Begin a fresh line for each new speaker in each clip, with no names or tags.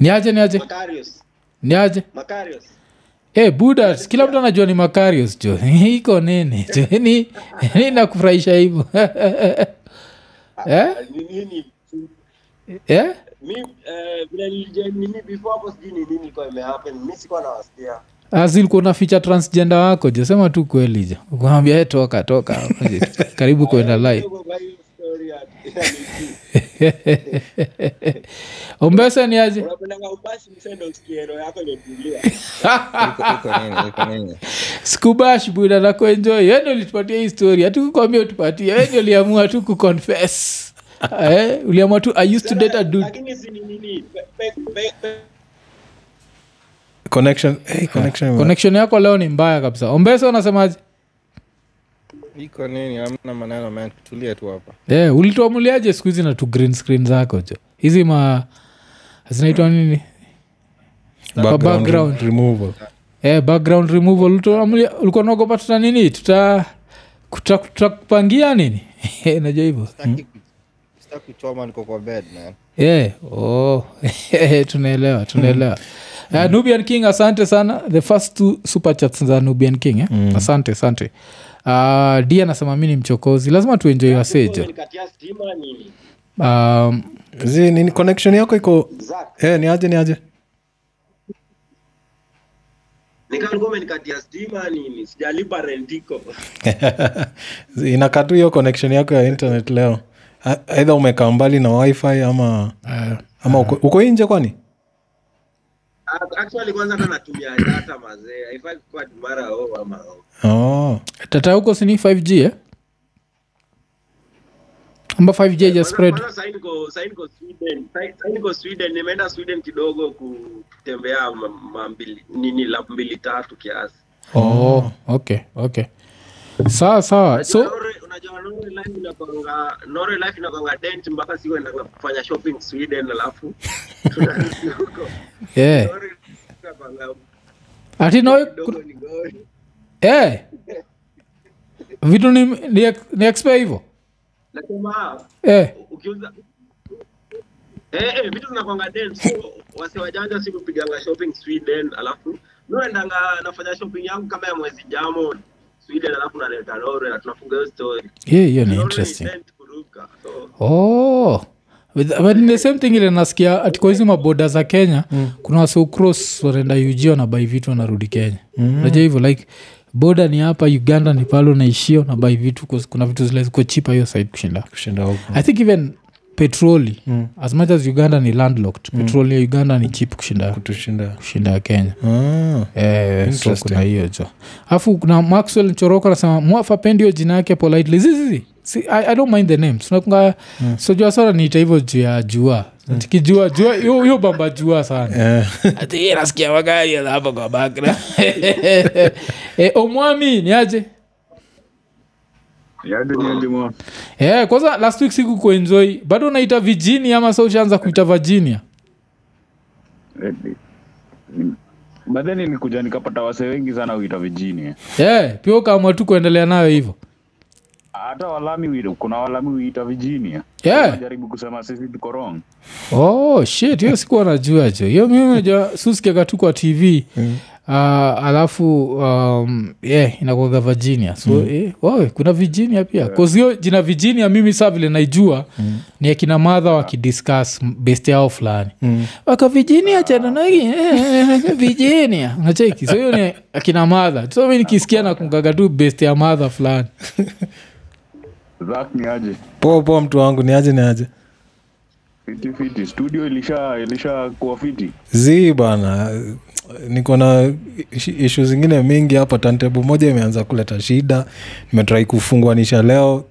ni aje ni aje
Macarius.
ni aje
Macarius.
e budas kila mtu anajua ni makarios jo iko nini jo ni ni nakufurahisha hivyo Eh?
Ah, Ni nini?
Eh?
Mi eh, vile nilija- nini before hapo sijui ni nini ilikuwa imehappen. Mi sikuwa nawasikia.
asi ulikuwa unaficha transgender wako jo sema tu kweli jo kuambia e toka toka karibu kuenda live
Kwa- kwa hiyo story ya- ya Nikki.
ombesa ni aje
Unapendanga ubasi msee ndio usikie roho yako imetulia.
Iko- iko nini iko nini
sikubash buda nakuenjoi wendo ulitupatia hii story hatu kukwambia utupatie wendi uliamua tu kuconfess eh, uliamua tu i used to date a dude
Lakini si ni nini? Pe- pe- pe- pe-
connection hey, Ah, connection ime-
connection yako leo ni mbaya kabisa ombesa unasemaje
iko nini amna maneno man tulia tu hapa
yeah, ulituamuliaje siku hizi na tu green screen zako jo hizi ma zinaitwa nini
Oh,
Kwa background.
removal
eh, background removal ulituamulia- ulikuwa naogopa tuta nini tuta kuta- tutakupangia nini Eh, najua hivyo
Sitaki ku- sitaki kuchoma niko kwa bed man
yeah. oh. tunaelewa tunaelewa Uh, nubian king asante sana the first two super chats za nubian king eh? asante asante uh, d anasema mi ni mchokozi lazima tuenjoi wasejo
Nikatia stima nini?
um,
zi nini connection yako iko
Zack.
hey, ni aje ni aje
Nika ulikuwa umenikatia stima nini? Sijalipa rentiko.
inakatu hiyo connection yako ya internet leo A- aidha umekaa mbali na wifi ama ama uko, uko nje kwani
Ah, Actually kwanza hata natumia data mazee. Haifai kuwa mara oh ama oh.
oh.
tata huko sini 5g eh? amba 5g ja spread
Kwanza sahii niko sahii niko Sweden. Sahii sahii niko Sweden, nimeenda Sweden kidogo kutembea ma- ma- mbili- nini la mbili tatu kiasi.
oh, okay okay sawa sawa so
Nore- unajua Nore life inakwanga Nore life inakwanga dent mpaka siku naenda kufanya shopping Sweden alafu tunarudi huko.
yeah.
Nore inakwanga
ati nawe
kidogo ni gori.
eh. vitu ni, ni, ex- ni expe hivo
Nasema
eh.
ukiuza eh, eh, vitu zinakwanga dent so wase wajanja si kupiganga shopping Sweden alafu nuendanga nafanya shopping yangu kama ya mwezi jamo Sweden alafu naleta Norway na tunafunga hiyo story.
hiyo hiyo ni
Norway
interesting
dent kuruka so
oh. With- but ni the same thing ile nasikia ati kwa hizi maboda za kenya mm. kuna waseukros wanaenda ug wanabai vitu wanarudi kenya mm. naja hivyo like boda ni hapa uganda ni pale unaishia unabai vitu 'cause kuna vitu zile ziko chipa hiyo side kushinda
kushinda huko
i think even petroli mm. as much as uganda ni landlocked mm. petroli ya uganda ni chip kushinda
tushinda
kushinda ya kenya
ah.
Eh, so
Interesting.
kuna hiyo jo alafu kuna maxwell choroko anasema mwafa pendi hiyo jina yake politely zizizi Si, I, I don't mind the names nakunga mm. sojua sana niita hivyo juu ya jua tikijua jua hiyo hiyo bamba jua sana
Eh.
Ati, "Eh, nasikia magari yana hapa kwa background." Eh, omwami ni aje
Yaani ni aje mwa-
eh, kwanza last week siku kuenjoi bado unaita virginia ama sa ushaanza kuita virginia
eh, ni- but then nilikuja nikapata wase wengi sana huita vijini
eh, pia ukaamua tu kuendelea nayo hivyo
hata walami huita- kuna walami huita vijini
Yeah.
jaribu kusema sisi tuko wrong
oh shit hiyo sikuwa najua jo hiyo mimi najua suskiaga tu kwa tv mm. Uh, alafu um, yeah, inakuaga virginia so mm. eh, wow, kuna virginia pia kazio yeah. jina virginia mimi saa vile naijua mm. ni akina madha wakidiscuss best yao fulani mm. waka virginia chananagi eh, virginia nacheki so hiyo ni akina madha so mi nikisikia nakungaga tu best ya madha fulani
Zack ni aje
poa poa mtu wangu ni aje ni aje
fiti fiti studio ilisha ilisha kuwa fiti
zi bana niko na ishu zingine mingi hapa tantebu moja imeanza kuleta shida nimetrai kufunguanisha leo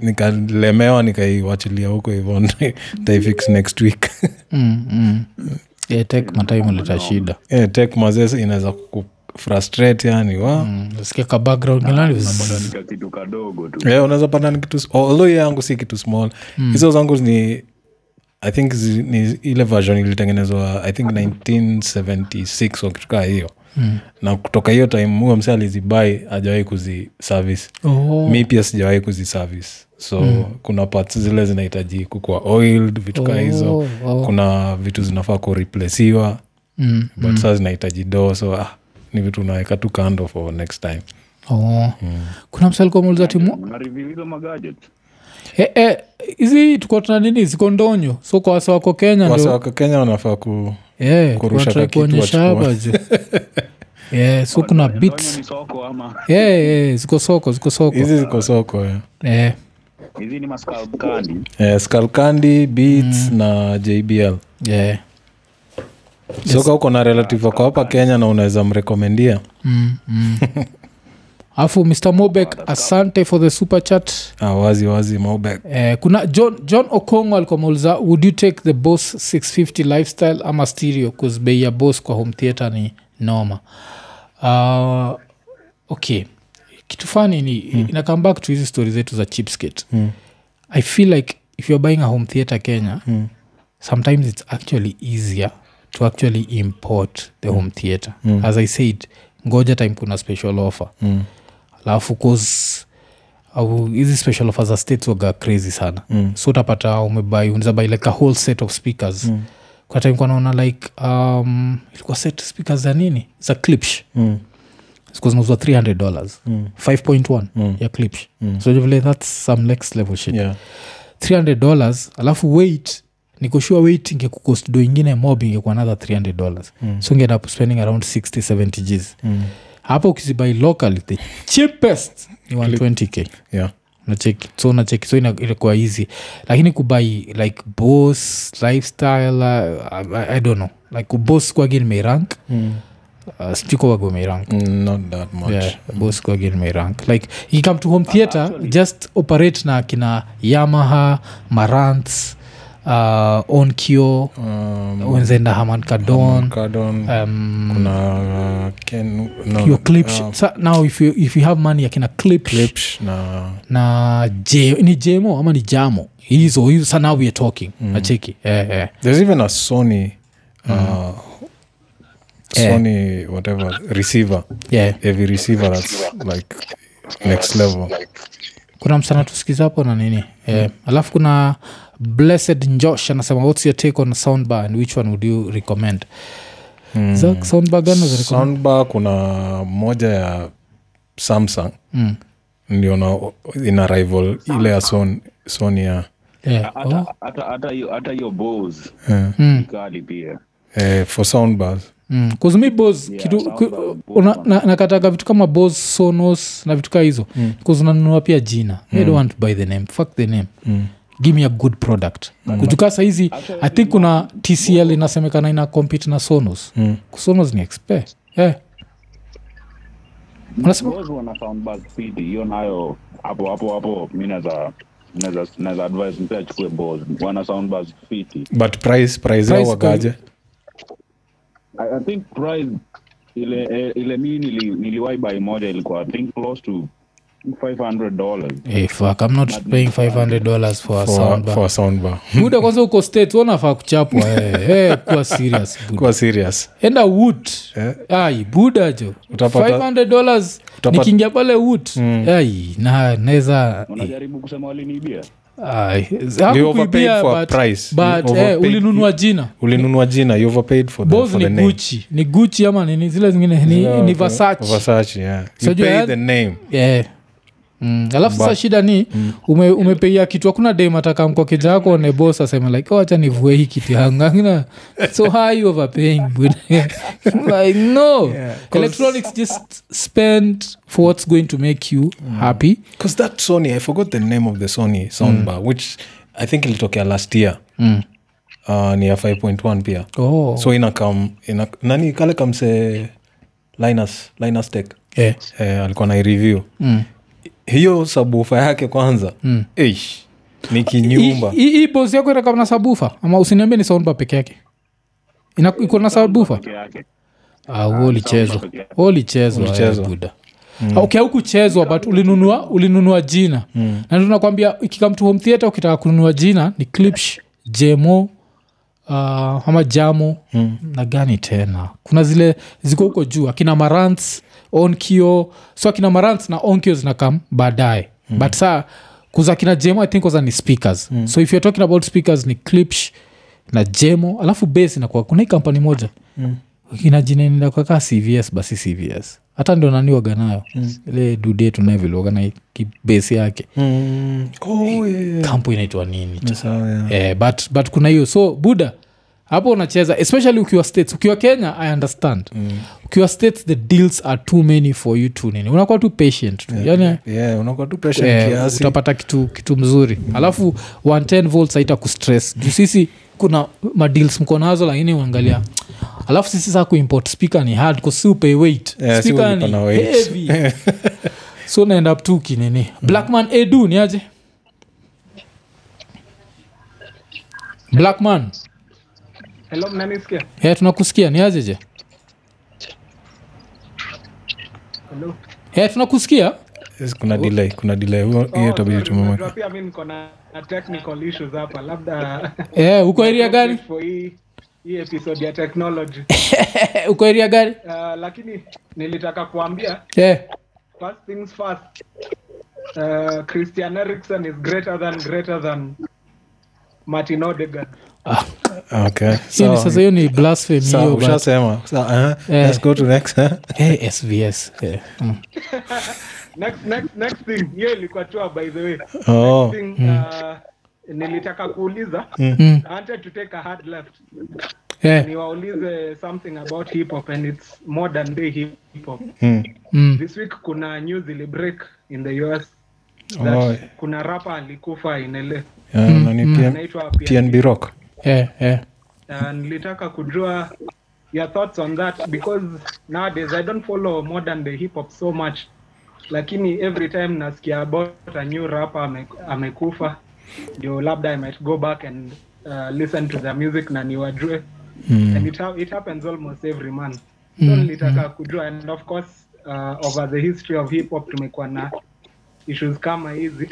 nikalemewa nikaiwachilia huko hivo taifix next week
mm, mm. yeah, take matime uleta shida
Eh, tech mazee inaweza kukufrustrate yani wa mm.
nasikia ka background ngilani
Ka kitu kadogo tu
yeah, Eh, unaweza pata ni kitu s- oh, although hiyo yangu si kitu small
Hmm.
hizo zangu ni i think zi, ni ile version ilitengenezwa i think 1976 wakitukaa hiyo
Hmm.
mm. na kutoka hiyo time huyo mse alizibai ajawahi kuziservice
Oh. Hmm.
mi pia sijawahi kuziservice so mm. kuna parts zile zinahitaji kukua oiled vitu kaa hizo
Oh, oh.
kuna vitu zinafaa kureplesiwa
Mm,
but saa zinahitaji doo so ah, ni vitu unaweka tu kando for next time
oh.
Mm.
kuna msalikomuliza timu
unariviliza magajet
Eh, eh, hizi tuko tuna nini ziko ndonyo so kwa wasa wako kenya
wasa
ndio
wako kenya wanafaa ku
Eh,
kurusha
tunatry
kakitu
kuonyesha
wachukue.
hapa juu Eh, so kuna beats
ni soko ama
Eh, eh, ziko soko ziko soko
hizi ziko soko eh.
Eh,
hizi ni maskalkani
Eh, skalkandi beats
Mm.
na jbl
eh,
soka uko na relative wako hapa kenya na unaweza mrekomendia
mm, mm. alafu mr mobek asante for the super chat
ah, wazi wazi mobek
Eh, kuna john, john okongo alikomuliza would you take the boss 650 lifestyle ama stereo cause bei ya boss kwa home theatre ni noma uh, okay kitu fani ni mm. inakam back to hizi stori zetu za chipskate mm. i feel like if youare buying a home theatre kenya mm. sometimes it's actually easier to actually import the home theatre mm. as i said ngoja time kuna special offer mm. alafu cause au hizi special offer za states waga crazy sana mm. so utapata umebai unaweza buy like a whole set of speakers mm. kwa time kwa naona like um, ilikuwa set speakers za nini za clipsh
Mm.
zikuwa zinauzwa 300 dollars mm. 5.1 mm. ya clipsh mm. so vile that's some next level shit
yeah.
300 dollars alafu weight nikoshua weight ingekukost do ingine mob ingekuwa another 300 dollars mm. so ungeenda spending around 60 70 gs mm. hapa ukizibai locally the cheapest ni 120k
yeah.
nacheki so nacheki so ina- inakuwa easy lakini kubai like bos lifestyle uh, I, i don't know like kubos kwagi nimeirank mm. uh, sijukowago meirank
Mm, not that much
yeah, bos kwagi nimeirank like ikikam to home theatre just operate na kina yamaha marants uh, onkio
Um,
wenzenda haman kadon
Hmm. Cardon,
um,
kuna uh, Ken- no,
your clips
uh,
sa, now if you, if you have money akina clips
Clips na
na je, ni jemo ama ni jamo hizo hizo sana we are talking mm. nacheki eh, eh.
there's even a sony uh,
Mm. Eh.
sony whatever receiver
Yeah.
every receiver that's like next level
kuna msana tusikiza hapo na nini eh. alafu kuna blessed njosh anasema whats your take on soundbar and which one would you recommend mm. za soundbar gani unazo recommend?
soundbar kuna moja ya samsung
Mm.
ndio na- ina rival ile ya Son- sony ya
Eh, oh.
hata hata hiyo hata hiyo bos
Mm,
kali pia
eh, for soundbars
mm. 'Cause mi Bose, kitu-
soundbar,
ku-
Bose
una- na- nakataga vitu kama Bose, sonos na vitu kaa hizo kuzunanunua pia jina mm. i don't want to buy the name fuck the name mm. give me a good product mm. kujukaa sahizi i think kuna tcl inasemekana ina compete na sonos mm. sonos ni expe yeah. unasema
bos wana soundbag speed hiyo nayo hapo hapo hapo mi naweza naweza naweza advise mtu achukue bos wana soundbag speed
but price price
Price
yao wagaje
I, I think price ile eh, ile mii nili, niliwahi buy moja ilikuwa I think close to 500 dollars
hey, Eh, fuck, i'm not paying 500 dollars for a
for,
soundbar
for soundbar
buda kwanza uko state unafaa kuchapwa eh, eh, kuwa serious buda.
kuwa serious
enda wood ai buda jo
Eh? Utapata-
500 dollars
Utapata- Mm.
nikiingia pale wood ai na naweza
unajaribu kusema walinibia
ai,
You overpaid
hakukuibia,
for a
but-
price. You
but, eh,
overpaid.
ulinunua jina
ulinunua jina you overpaid for the,
bos
for
ni
the name
guchi ni guchi ama nini zile zingine ni,
Yeah,
ni
for-
Versace.
Versace, yeah. You
So,
pay
Joel-
the name
Yeah. Mm, alafu sasa shida ni ume, umepeia kitu hakuna dem atakamkwakeja ako one bos aseme like oh, acha nivue hii kitu yangu Angina, so high overpaying bud. like no electronics just spend for what's going to make you happy
because that sony i forgot the name of the sony soundbar
Mm.
which i think ilitokea last year mm. uh, ni ya 5.1 pia
oh.
so inakam ina, nani kale kamse linus linus tech
yeah.
eh, alikuwa na review mm. hiyo sabufa yake kwanza mm. eish ni kinyumba
Hii- hii bos yako inakaa na sabufa ama usiniambie ni saundba peke yake Ina- iko na sabufa
peke yake
Ah, huo ulichezwa Huo ulichezwa,
Ulichezwa.
eh, buda okay haukuchezwa but ulinunua ulinunua jina na ndio nakwambia ikikam to home theater ukitaka kununua jina ni clipsh jemo uh, ama jamo na gani tena kuna zile ziko huko juu akina marants onkio so akina marants na onkio zinakam baadaye but saa kuza kina jemo i think kwanza ni speakers mm. so if you're talking about speakers ni clipsh na jemo alafu base inakuwa kuna hii kampani moja mm. inajinenda kakaa cvs basi cvs hata ndio nani waga nayo mm. ile dude tunaviliwaga na kibesi yake
Mm. Oh, yeah, yeah.
kampo inaitwa nini cha-
Sawa, yeah.
eh, but, but kuna hiyo so buda hapo unacheza especially ukiwa states ukiwa kenya i understand mm. ukiwa states the deals are too many for you to nini unakuwa tu patient tu Yaani, yani
Yeah, unakuwa tu pressure
eh,
kiasi
utapata kitu, kitu mzuri mm. alafu 110 volts haita kustress juu sisi kuna madeals mko nazo lakini uangalia alafu sisi saa kuimport speaker ni hard 'cause si upei weight
Yeah, Eh, si
Speaker
ulipa
ni
na weight. Mm.
heavy. so unaenda tu kinini blackman edu ni aje blackman
Hello, mnanisikia?
yeah, tunakusikia ni aje je
Hello.
yeah, Eh, tunakusikia
Yes, Eh, kuna delay kuna delay Huo- hiyo
Oh,
itabidi
sorry, unajua
tumemweka
pia mi niko na na technical issues hapa labda
yeah, Eh, uko area gani
for hii hii episode ya technology
Eh, uko area gani Eh,
uh, lakini nilitaka kuambia
yeah.
first things first uh, christian erikson is greater than greater than martin odegaard
ah,
okay
hiyo ni
sawa.
sasa hiyo ni blasphemy
Sawa,
hiyo but-
ushasema Sawa, aha.
Eh.
Let's go to next, eh.
Eh, svs eh, mm.
next next next thing hiyo ilikuwa tu by the way
Oh, Hmm.
thing, uh, nilitaka kuuliza
Mm.
i wanted to take a hard left
Eh,
niwaulize something about hip hop and its modern day hip hop
mm.
mm.
this week kuna news ilibreak in the us that
Oh,
kuna rapa alikufa inele
yeah,
Mm.
nani PN
anaitwa
PNB rock
Eh, eh.
Na nilitaka kujua your thoughts on that because nowadays i don't follow modern day hip hop so much lakini every time nasikia about a new rapper ame, amekufa ndio labda i might go back and uh, listen to their music na niwajue mm. and it, ha it happens almost every month so
Mm,
nilitaka kujua and of course uh, over the history of hip hop tumekuwa na issues kama hizi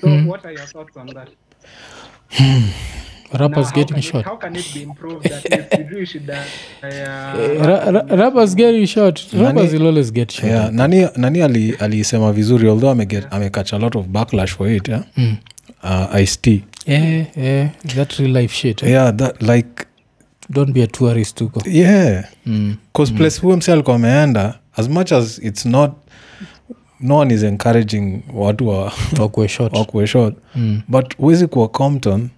so what are your thoughts on that Now,
Rappers
how
getting
can it-
shot.
how can it be improved at least? Sijui shida
Eh,
ya-
ra- ra- rappers getting shot. Rappers
Nani-
will always get shot.
yeah. nani, nani ali- aliisema vizuri although amekatch ame catch a lot of backlash for it yeah?
Mm.
uh, ist
Eh, eh, that real life shit, eh.
yeah, that, like
Don't be a tourist huko.
yeah
Mm.
bcause place huyo msi alikuwa ameenda as much as it's not no one is encouraging watu wa
Wakuwe shot.
wakuwe short but huwezi kuwa compton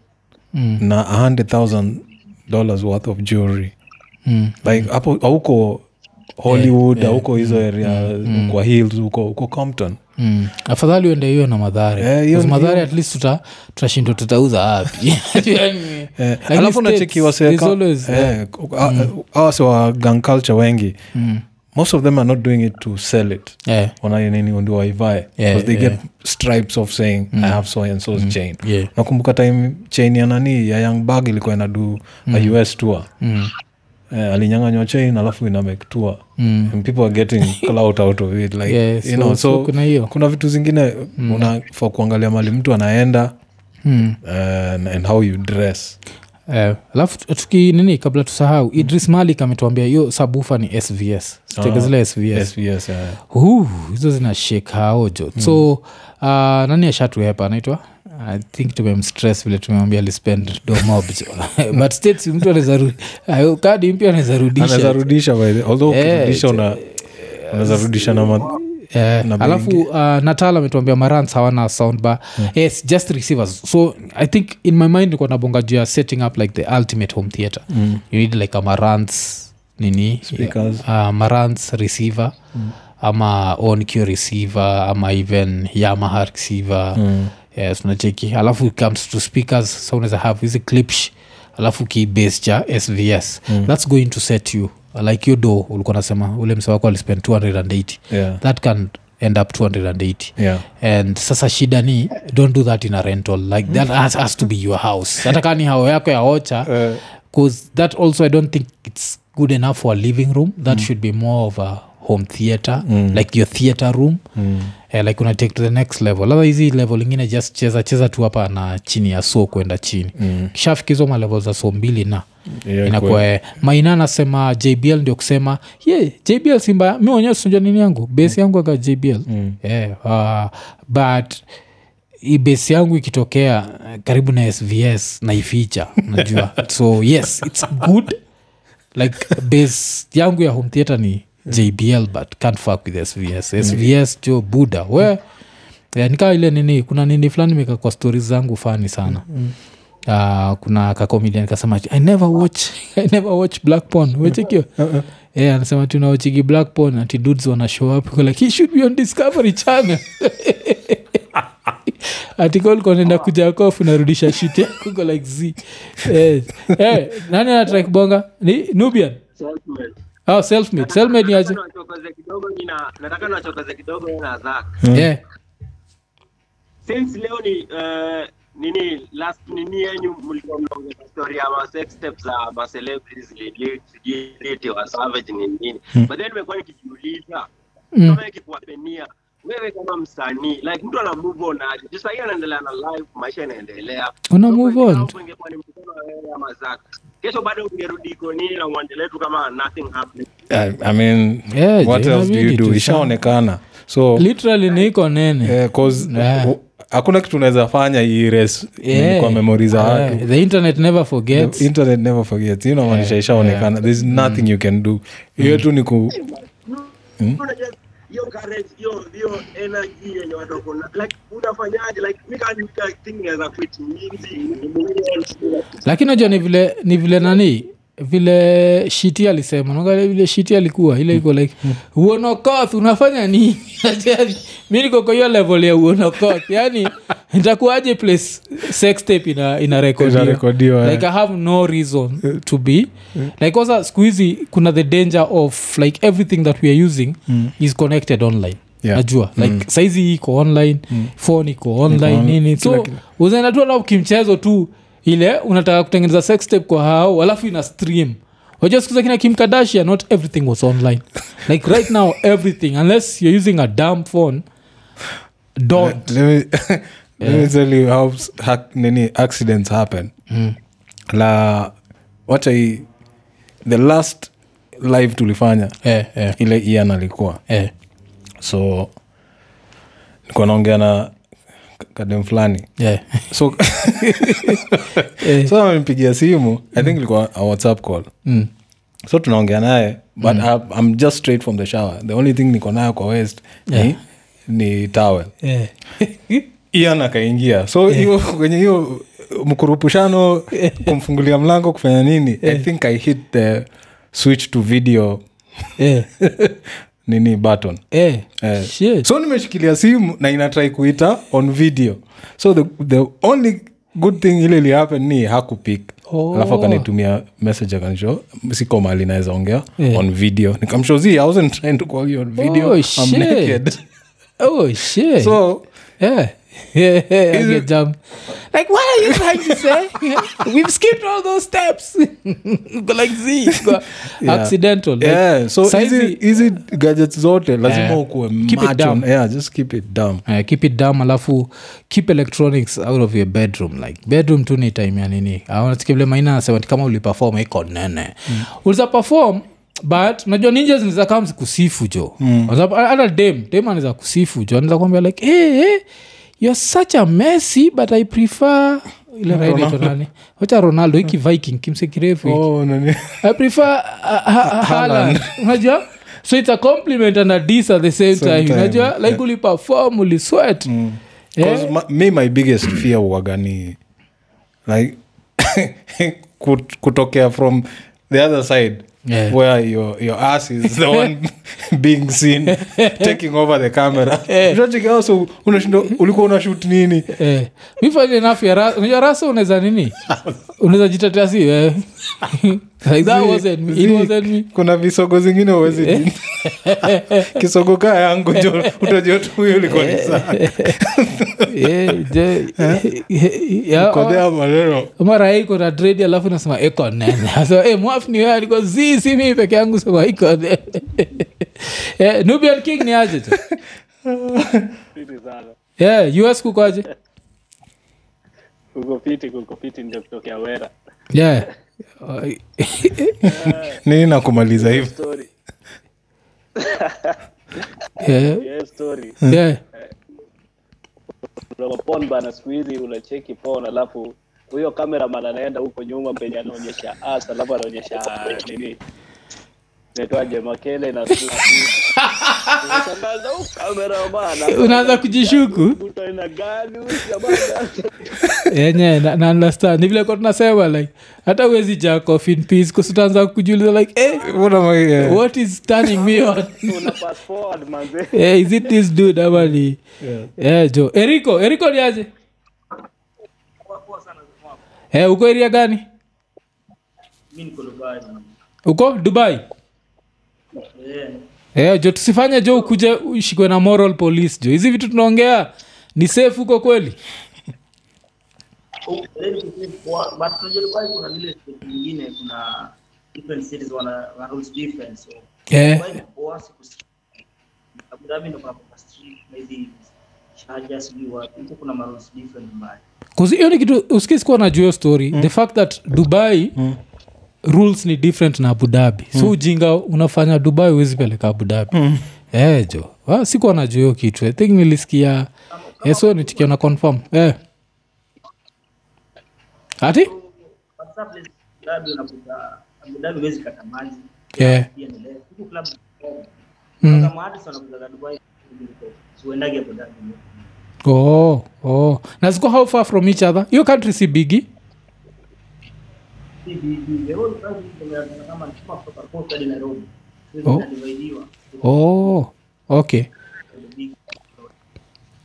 Mm.
na 100000 dollars worth of jewelry
Mm.
like hapo auko hollywood auko hizo area kwa hills huko uko compton
Mm. afadhali uende hiyo na madhare
Eh, hiyo-
Because madhare
hiyo-
at least tuta- tutashindwa tutauza wapi Yani,
Eh,
like
alafu
States,
nacheki
there's
eh,
always-
ah, wasewa gang culture wengi
Mm.
most of them are not doing it to sell it
eh,
wanayo nini ndio waivae
Yeah,
because they
yeah. Mm.
get stripes of saying i have so and so's chain
yeah.
nakumbuka time chain ya nani ya young bag ilikuwa inadu a us tour
Mm.
Eh, alinyanganywa chain alafu ina make tour
Mm.
and people are getting clout out of it like
Yeah,
you
so-
know
so
so
kuna hiyo.
kuna vitu zingine una for kuangalia mali mtu anaenda
Mm.
uh, and, and how you dress
Eh, alafu tu- tuki nini kabla tusahau idris malik ametuambia hiyo sabufa ni svs
Mm. Ah,
zile svs
yes yes eh.
Huu, hizo zina shake haojo so uh, nani ashatuepa anaitwa i think tumemstress vile tumemwambia lispend domobjo but states mtu anaweza ru- ayo, kadi mpya anaweza rudisha
anaweza rudisha by the although
Eh,
ukirudisha una unaweza rudisha na ma-
Eh,
na bei
alafu uh, natal ametuambia marans hawana soundbar yes just receivers so i think in my mind nilikuwa nabonga juu ya setting up like the ultimate home theatre you need like a marans nini
Mm. Speakers.
uh, marans receiver ama onq receiver ama even yamaha receiver mm. yes, unacheki alafu it comes to speakers so unaweza have hizi clipsh alafu kibase cha svs mm. thats going to set you like yo do ulikuwa nasema ule msa wako alispend 280
yeah
that can end up 280
yeah
and sasa shida ni don't do that in a rental like that has, has to be your house hata kaa ni hao yako ya ocha bcause that also i don't think it's good enough for a living room that should be more of a home theatre like your theatre room eh, like una take to the next level latha hizi level ingine just cheza cheza tu hapa na chini ya so kwenda chini mm. kishafikizwa malevel za so mbili na
Yeah,
inakuwa eh, maina anasema jbl ndio kusema ye jbl simba mi wenyewe sinja nini yangu base yangu aga jbl mm. yeah, uh, but hii base yangu ikitokea eh, karibu na svs naificha unajua so yes its good like base yangu ya home theater ni jbl but can't fuck with svs svs jo buda we eh, nikaa ile nini kuna nini fulani meka kwa stori zangu fani sana Ah, kuna kakomedia nikasema i never watch i never watch black porn umechekio yeah, anasema tunaochigi black porn ati dudes wana show up We're like he should be on discovery channel atikolkonenda kuja kofu narudisha shit yako uko like z eh, eh, nani anatrai kubonga ni nubian
Selfmade.
oh, selfmade selfmade ni aje
Nataka niwachokoze kidogo mimi na- nataka niwachokoze kidogo mimi na Zach.
yeah.
since leo ni eh, nini last nini yenyu mlikuwa mnaongea story ya ma sex steps za ma celebrities lili- sijui liti wa savage ni nini
Hmm.
but then nimekuwa nikijiuliza kama ikikuwapenia wewe kama msanii like mtu ana move on aje Juu sahii anaendelea na life maisha inaendelea
Una
So,
move
kwa
on?
kitambo ingekuwa ni mtu kama wewe ama Zack. kesho bado ungerudi ikonini na uendele tu kama nothing happened
I, I mean,
Yeah,
what
Jay,
else do you
inabidi
do?
tu
Ishaonekana. So
literally niko nene
eh, 'cause,
Yeah.
u- hakuna kitu unaweza fanya iires
Yeah.
kwa memori za
Yeah,
watu
Eh, the internet never forgets
The internet never forgets hiyo inamaanisha ishaonekana there's nothing you can do hiyo tu ni ku
Unajua, hiyo courage, hiyo hiyo energy yenye watu wako na- like unafanyaje like mi can't do that thing naweza quit music, ni move on.
lakini najua ni vile ni vile nani vile shiti alisema naga vile shiti alikuwa ile iko like uonokoth unafanya nini Yani, mi niko kwa hiyo level ya uonokoth yani nitakuaje place sex tape ina, ina
Inarekodiwa, eh.
like i have no reason uh, to be like kwanza siku hizi kuna the danger of like everything that we are using is connected online
Yeah.
najua like saizi iko online phone Mm. iko online
on-
nini
kila
so
kitu.
uzaenda tu lao kimchezo tu ile unataka kutengeneza sex tape kwa hao alafu ina stream wajua siku za kina kim kardashian not everything was online like right now everything unless you're using a dumb phone don't
Let me, let me tell you how s- hack- nini accidents happen la wacha hii the last live tulifanya
eh, eh,
ile ian alikuwa
eh.
so nikuwa naongea na k- kadem fulani
Yeah.
so
Eh.
so amempigia simu i think ilikuwa a whatsapp call
Mm.
so tunaongea naye but I, i'm just straight from the shower the only thing niko nayo kwa west
Yeah.
ni, ni towel
Eh.
ian akaingia so hiyo kwenye hiyo mkurupushano kumfungulia mlango kufanya nini i think i hit the switch to video
Eh.
nini button
Eh.
Eh.
Shit.
so nimeshikilia simu na inatrai kuita on video so the, the only good thing ile ilihappen ni hakupik
Oh.
alafu akanitumia message akanisho siko mali naweza ongea
Eh.
on video nikamshozi i wasn't trying to call you on video
Oh,
I'm
shit.
naked
Oh, shit.
so
Yeah. Yeah, yeah, I get jammed. Like, what are you trying to say? We've skipped all those steps. Go like Z. Go
Yeah.
Accidental. Like,
yeah, so
saizi-
hizi hizi gadgets zote lazima
Yeah.
ukuwe
Keep it
macho.
down.
yeah, just keep it down
Uh, keep it down alafu keep electronics out of your bedroom like bedroom tu ni time ya nini nasikivile maina anasema ati kama ulipefom iko nene mm. uliza perform but najua ninja zinaweza kama zikusifu jo mm. hata dem dem anaweza kusifu jo anaweza kuambia like hey, hey, you're such a messy but i prefer ile naitwa nani wacha ronaldo hiki viking kimse kirefu hiki
oh, nani?
I prefer uh, ha Haaland. Unajua? So it's a compliment and a diss at the same,
Same
time. Mm.
time,
Unajua? Like uliperform, ulisweat. Yeah.
'Cause ma- me my biggest fear huwaga ni like kut- kutokea from the other side
Yeah.
where your, your ass is the one being seen taking over the camera Unashachika so unashinda ulikuwa una shoot nini
Eh. Mi funny enough ya Ra- unajua rasa unaweza nini unaweza jitetea si eh. like that
Zii,
wasn't me.
zii,
It wasn't me. Eh.
kuna visogo zingine uwezi kisogo kaa yangu jo utajua tu huyo ulikuwa ni saa
Eh. Yeah, je- Yeah,
kodea maneno
maraiko na dredi alafu nasema iko nene Nasema, "Eh, mwafu ni wewe." Alikuwa, "Zii, si mimi peke yangu sema iko nene Eh, nubian king ni aje tu
Fiti sana.
yeah, us kukoaje
Kuko fiti, kuko fiti ndio kutokea wera.
yeah.
nini nakumaliza hivo
Story.
yeah.
Yes, story.
yeah.
Unajua porn bana, siku hizi unacheki porn, alafu huyo cameraman anaenda huko nyuma penye anaonyesha ass, alafu anaonyesha ah, nini naitwaje, makele na unashangaza huyu cameraman
unaanza kujishuku
mtu aina gani huyu jamaa?
yenye Eh, na na understand ni vile kwa tunasema like hata uwezi jack off in peace kusutaanza kujiuliza like eh,
Mbona ma- yeah.
what is turning me on
Una fast forward manze.
Eh, is it this dude ama ni Eh, jo eriko eriko ni aje Eh, uko eria gani uko dubai Eh, jo tusifanye jo ukuje ushikwe na moral police jo hizi vitu tunaongea ni safe huko kweli
Oh, very good. Wa- but unajua Dubai kuna lile state nyingine kuna different cities wana wana rules different so
Eh,
Dubai ni poa siku si- Abu Dhabi ndo kuna kuna street maybe Sharjah sijui wapi huko kuna ma rules different mbaya
Cause hiyo ni kitu usikisi kuwa na juyo story mm. the fact that dubai mm. rules ni different na abu dhabi mm. so ujinga unafanya dubai huwezi peleka abu dhabi mm. eh, jo Ah, sikuwa na juyo kitu i think nilisikia eh, so nitikia na confirm eh. ati
but some place Abu Dhabi unakuta Abu Dhabi huwezi kata maji
yeah.
pia ni leo huko club
Eh. mm.
kama artist wanakuza Dubai kuliko so uendage Abu Dhabi
oh, oh. na ziko how far from each other hiyo country si bigi
CBD the whole country tumeanza kama chuma kutoka Coast hadi Nairobi hizo
Oh.
zinadividiwa
oh, okay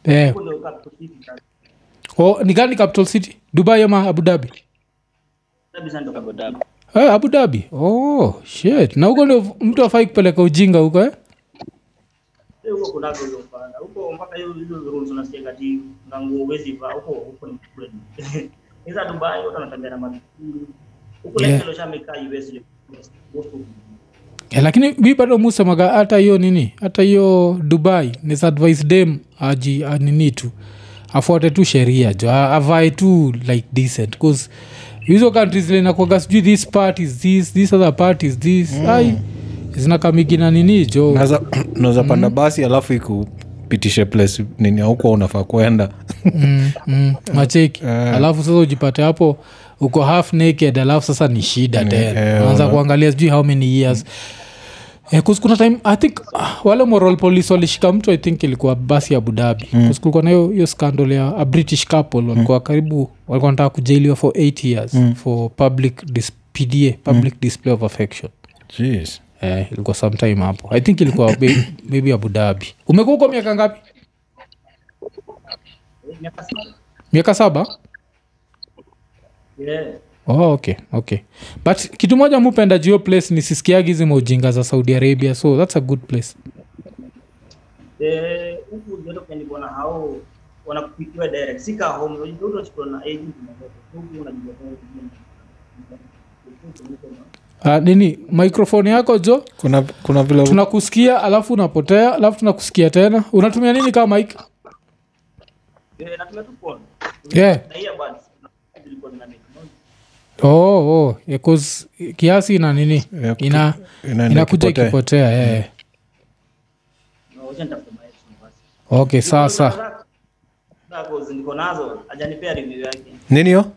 eh.
huko ndio capital city sasa
oh, ni gani capital city dubai ama abu dhabi
kabisa ndo
Abu Dhabi.
Eh, abu dhabi oh, shit na huko ndio mtu afai kupeleka ujinga huko eh?
Eh, huko kunazo hizo fana huko mpaka hiyo hizo rules unasikia kati na nguo huwezi vaa huko huko ni kweli sasa Dubai watu wanatembea na matukio huko
Yeah.
yeah. leo shamekaa US huko
Eh, lakini mi bado musemaga hata hiyo nini hata hiyo dubai nis advice dem aji anini tu afuate tu sheria jo a- avae tu like decent bcause hizo countries linakwaga sijui this parties this this other parties this mm. ai zinakamigina nini jo
Unaweza-
Mm.
unaweza panda basi alafu ikupitishe place nini aukuwa unafaa kuenda
mm, mm, macheki alafu sasa ujipate hapo uko half naked alafu sasa ni shida
eh,
tena anza
wana-
kuangalia sijui how many years Eh, 'cause kuna time i think ah, wale moral police walishika mtu i think ilikuwa basi ya abu dhabi mm. kulikuwa na hiyo hiyo scandal ya a british couple walikuwa karibu walikuwa wanataka kujailiwa for 8 years for public dis- pda public display of affection
Jeez.
eh, ilikuwa sometime hapo i think ilikuwa may- maybe abu dhabi umekuwa huko miaka ngapi miaka saba
yeah
oh, okay okay but kitu moja mupenda jio place ni sisikiagi hizi maujinga za saudi arabia so thats a good place
Eh, huku ndio kwenye kuna hao wanakupikiwa direct sika home unajua unachukua na agent na moto huku unajua kwa hiyo
uh, nini microphone yako jo
kuna kuna vile
tunakusikia alafu unapotea alafu tunakusikia tena unatumia nini kama mike
eh na tumetukona
yeah.
na hiyo bad zilikuwa zina make noise
oh, oh. yeah, 'cause kiasi ina nini
Yeah, kutu-
ina
inaenda
inakuja
ikipotea.
ikipotea yeah.
na wacha nitafuta maelezo basi
okay sasa
zako ziko nazo hajanipea review yake
nini hiyo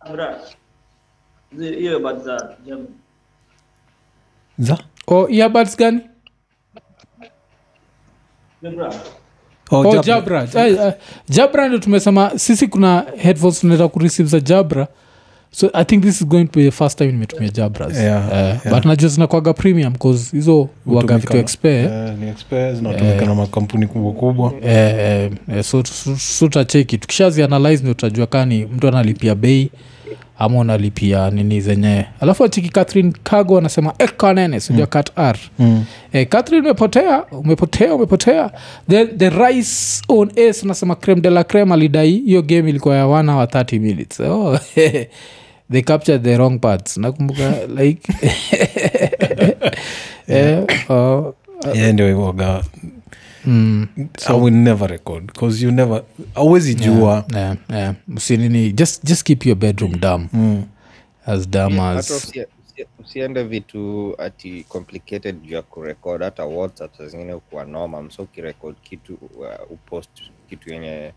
amra zi- hiyo bad za jamu
za
oh, earbuds gani
jabra
oh,
oh,
Jabra.
jabra Ai, ai, jabra ndio tumesema sisi kuna headphones tunaweza kureceive za jabra so i think this is going to be the first time nimetumia jabras
Yeah,
Eh, but najua zinakwaga premium bcause hizo waga vitu
Hutumika-
expare
Eh, ni expert, zinatumika na makampuni kubwa kubwa
eh, eh, so so- so tutacheki tukishazianalyze ndio tutajua kani mtu analipia bei ama unalipia nini zenyewe alafu achiki catherine kago anasema ekanene sijua kat r mm. eh, catherine umepotea umepotea umepotea the, the rice on s unasema creme de la creme alidai hiyo game ilikuwa ya 1 hour 30 minutes oh, they captured the wrong parts nakumbuka like eh, oh,
Yeye ndio iwaga Hmm. I will never record 'cause you never awezi jua
yeah, Mm. yeah. msinini just, just keep your bedroom dam mm. as dam as
usi- usiende vitu ati complicated juu ya kurekod hata whatsapp saa zingine ukuwa noma mso ukirekod kitu uh, upost kitu yenye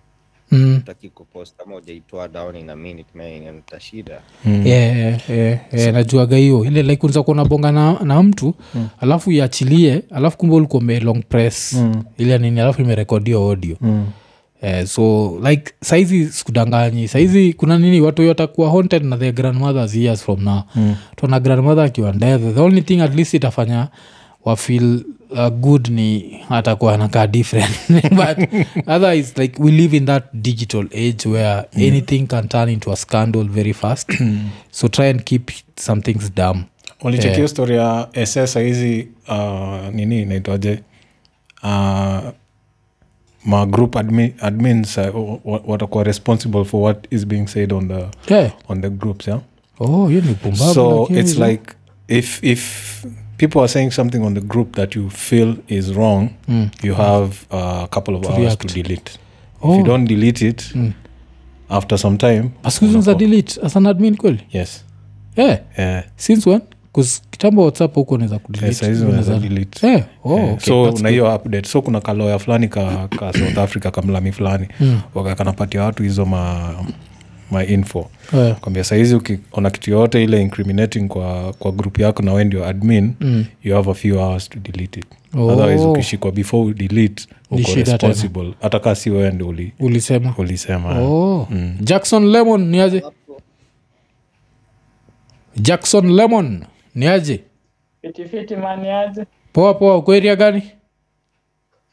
Mm.
utaki kupost kama ujaitoa down in a minute man inaleta shida
Hmm. Yeah, yeah, yeah, yeah, najuaga hiyo ile like unaweza kuona bonga na, na mtu mm. alafu iachilie alafu kumbe ulikuwa ume long press mm. ile nini alafu imerekodia audio
Mm.
Eh, so like saizi sikudanganyi saizi kuna nini watu watakuwa haunted na their grandmothers years from now mm. tuna grandmother akiwa ndethe the only thing at least itafanya wafeel uh, good ni atakuwa anakaa different but otherwise like we live in that digital age where
Mm.
anything can turn into a scandal very fast so try and keep some things dumb
ulichekio yeah. stori ya ss sahizi uh, nini inaitwaje uh, magroup admi, admins uh, wa- wa- watakuwa responsible for what is being said on the,
yeah.
on the groups yeah?
oh hiyo ni pumbavu
so
lakini-
it's like if if people are saying something on the group that you feel is wrong you have uh, a couple of hours
Mm. react.
to delete if
Oh. Mm.
you don't delete it after some time
Excuse me, Ah, za delete as an admin kweli
yes
yeah.
yeah.
since when 'Cause kitambo whatsapp huko unaweza
Yeah,
kudelete,
saizi
unaweza-
Eh, unaweza delete
Eh, oh,
Yeah,
okay,
so
that's
na hiyo update so kuna kaloya fulani ka, ka south africa kamlami fulani
Mm.
wakakanapatia watu hizo ma, ma info
good. Eh.
kwambia sahizi ukiona kitu yoyote ile incriminating kwa, kwa grup yako na we ndio admin mm. you have a few hours to delete it
Oh.
otherwise ukishikwa before you delete
Ni
uko
shida tena.
responsible hata kaa si wewe ndio uli,
ulisema
ulisema
oh. jackson lemon ni aje jackson lemon ni aje
Fitifiti maniaje?
poa poa uko area gani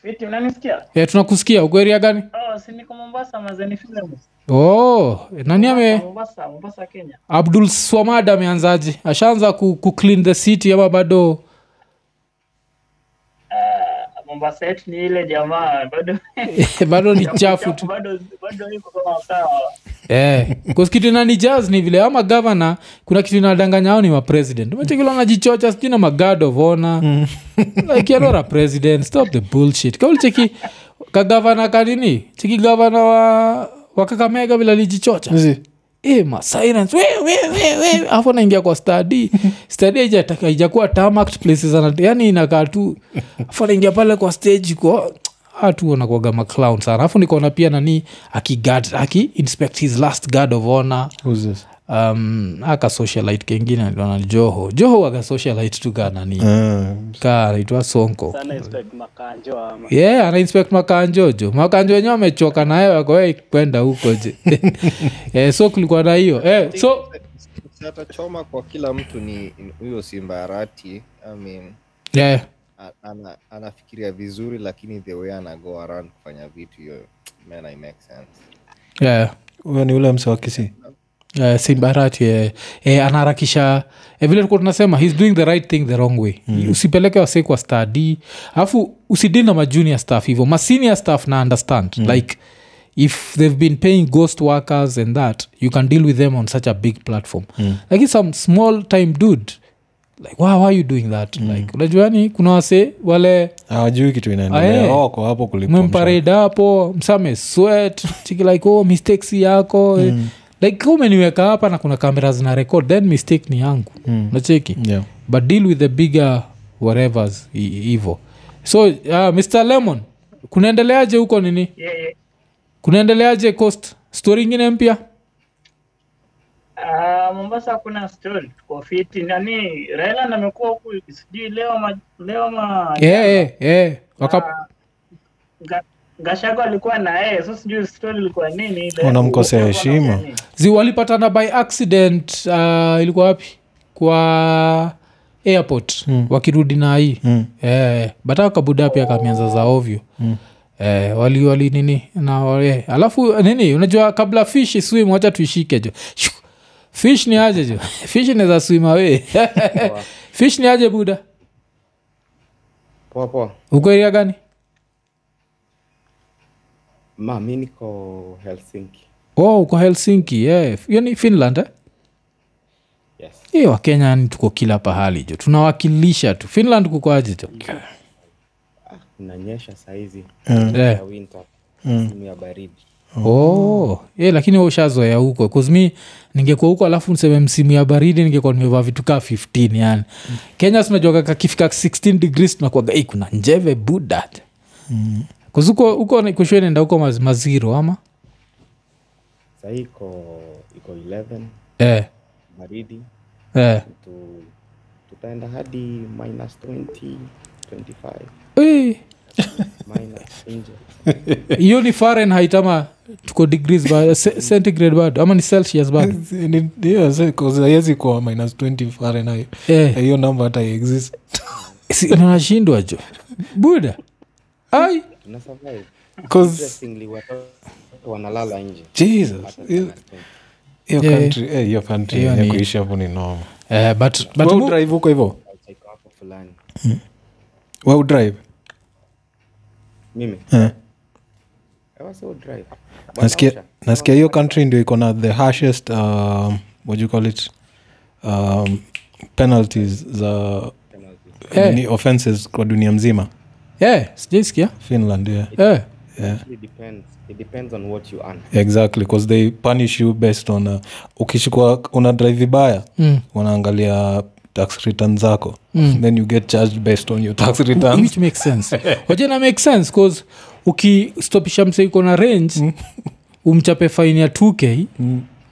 Fiti mnanisikia?
e, tunakusikia uko area gani
Oh, si niko Mombasa Mazeni Films.
oh, nani ame
Mombasa, Mombasa Kenya.
abdul swamad ameanzaje ashaanza ku, ku clean the city ama bado
Eh, Mombasa yetu ni ile jamaa bado
bado ni chafu tu
bado bado iko kama sawa.
eh, 'cause kitu inani jazz ni vile ama gavana kuna kitu inadanganya ao ni mapresident umechekilwa najichocha sijui na magard of honor like you're not a president stop the bullshit kaulicheki kagavana kanini cheki gavana wa wakakamega vile alijichocha Eh, ma silence. We, we, we, we. Alafu naingia kwa stadi stadi haijataka- haijakuwa tarmacked places ana- yani inakaa tu afu naingia pale kwa ah, stage ko hatu wanakwaga maclown sana alafu nikaona pia nani akigad aki inspect his last guard of honor um, aka socialite kengine aliona joho joho aga socialite tu kaa nani
Ah.
kaa anaitwa sonko
sana expect makanjo ama
ye yeah, anainspect makanjojo makanjo wenyewe amechoka naye wakoe kwenda huko je eh, so kulikuwa na hiyo eh, so
atachoma kwa kila mtu ni ni huyo simbarati I mean,
yeah.
a- ana, anafikiria vizuri lakini the way anago around kufanya vitu hiyo man I make sense
yeah.
huyo ni ule msawakisi
Uh, simbarati eh, eh, anaharakisha eh, vile tulikuwa tunasema he's doing the right thing the wrong way mm. usipeleke wasee kwa stadi alafu usidili na majunior staff hivyo masenior staff na understand mm. like if they've been paying ghost workers and that you can deal with them on such a big platform mm. lakini some small time dude like wow, are you doing that mm. like unajuani kuna wasee wale
awajui kitu
Ah,
inaendelea
eh.
wako hapo kulipwa mshahara.
mwemparade hapo msame sweat chiki like oh mistakes yako mm. like kama umeniweka hapa na kuna kamera zina record then mistake ni yangu mm. nacheki
Yeah.
but deal with the bigger whatevers hi- hivo so uh, mr lemon kunaendeleaje huko nini
Yeah, yeah.
kunaendeleaje coast story ingine mpya
Ah, Mombasa hakuna story, tuko fiti. Nani Raila na amekuwa huku sijui leo ma, leo ma
yeah, yeah, yeah. Eh, Waka,
Ah, Ga- Gachagua alikuwa na yeye, so sijui story ilikuwa nini ile.
Wanamkosea
Walikuwa
heshima.
wanaongea nini?
zi walipatana by accident uh, ilikuwa wapi kwa airport mm. wakirudi na hii mm. eh, bata kabuda pia kamianza za ovyo mm. eh, wali wali nini na wale. alafu nini unajua kabla fish iswim wacha tuishike jo Shuk! fish ni aje jo fish inaweza swim away fish ni aje buda
poa poa
uko eria gani
ma mi niko helsinki
oh uko helsinki yeah. hiyo ni finland eh?
yes
Hii wakenya ni tuko kila pahali jo tunawakilisha tu finland kuko aje jo
Ah, inanyesha sahizi
yeah. Eh.
ya winter msimu ya baridi
Mm. oh. yeah, lakini ushazoea huko kuzmi ningekuwa huko alafu niseme msimu ya baridi ningekuwa nimevaa vitu kaa 15 yani mm. kenya sinajuaga kakifika 16 degrees tunakuaga "Ei, kuna njeve budat mm. huko huko ni- kushua inaenda huko maz- maziro ama
sahii iko iko 11
eh,
baridi
eh.
tu, tutaenda hadi minus 20 25
Eh,
minus nje
hiyo ni fahrenheit ama tuko degrees ba, se- centigrade bado ama ni celsius bado
haiwezi kuwa minus 20 fahrenheit
Eh.
hiyo namba hata iexist
Si- nanashindwa jo buda ai
tuna survive
Cause-
interestingly watoto wanalala nje
Jesus, hiyo- hiyo
Yeah.
country- eh, hiyo country
Hiyo
yenye
ni-
kuishi hapo ni noma
eh, but, but
Wewe
mu-
udrive huko hivo
achaika wako fulani
waudrive
mimi ewasio drive
nasikia nasikia hiyo country ndio iko na the harshest um, what do you call it um, penalties za
Eh.
nini, offenses kwa dunia mzima
eh, sijaisikia
finland yeah.
eh.
it depends it depends on what you earn
exactly bcause they punish you based on uh, ukishikwa una drive vibaya mm. wanaangalia tax return zako mm. then you get charged based on your tax return
which makes sense wajena make sense bcause ukistopisha mseiko na range umchape faini ya 2k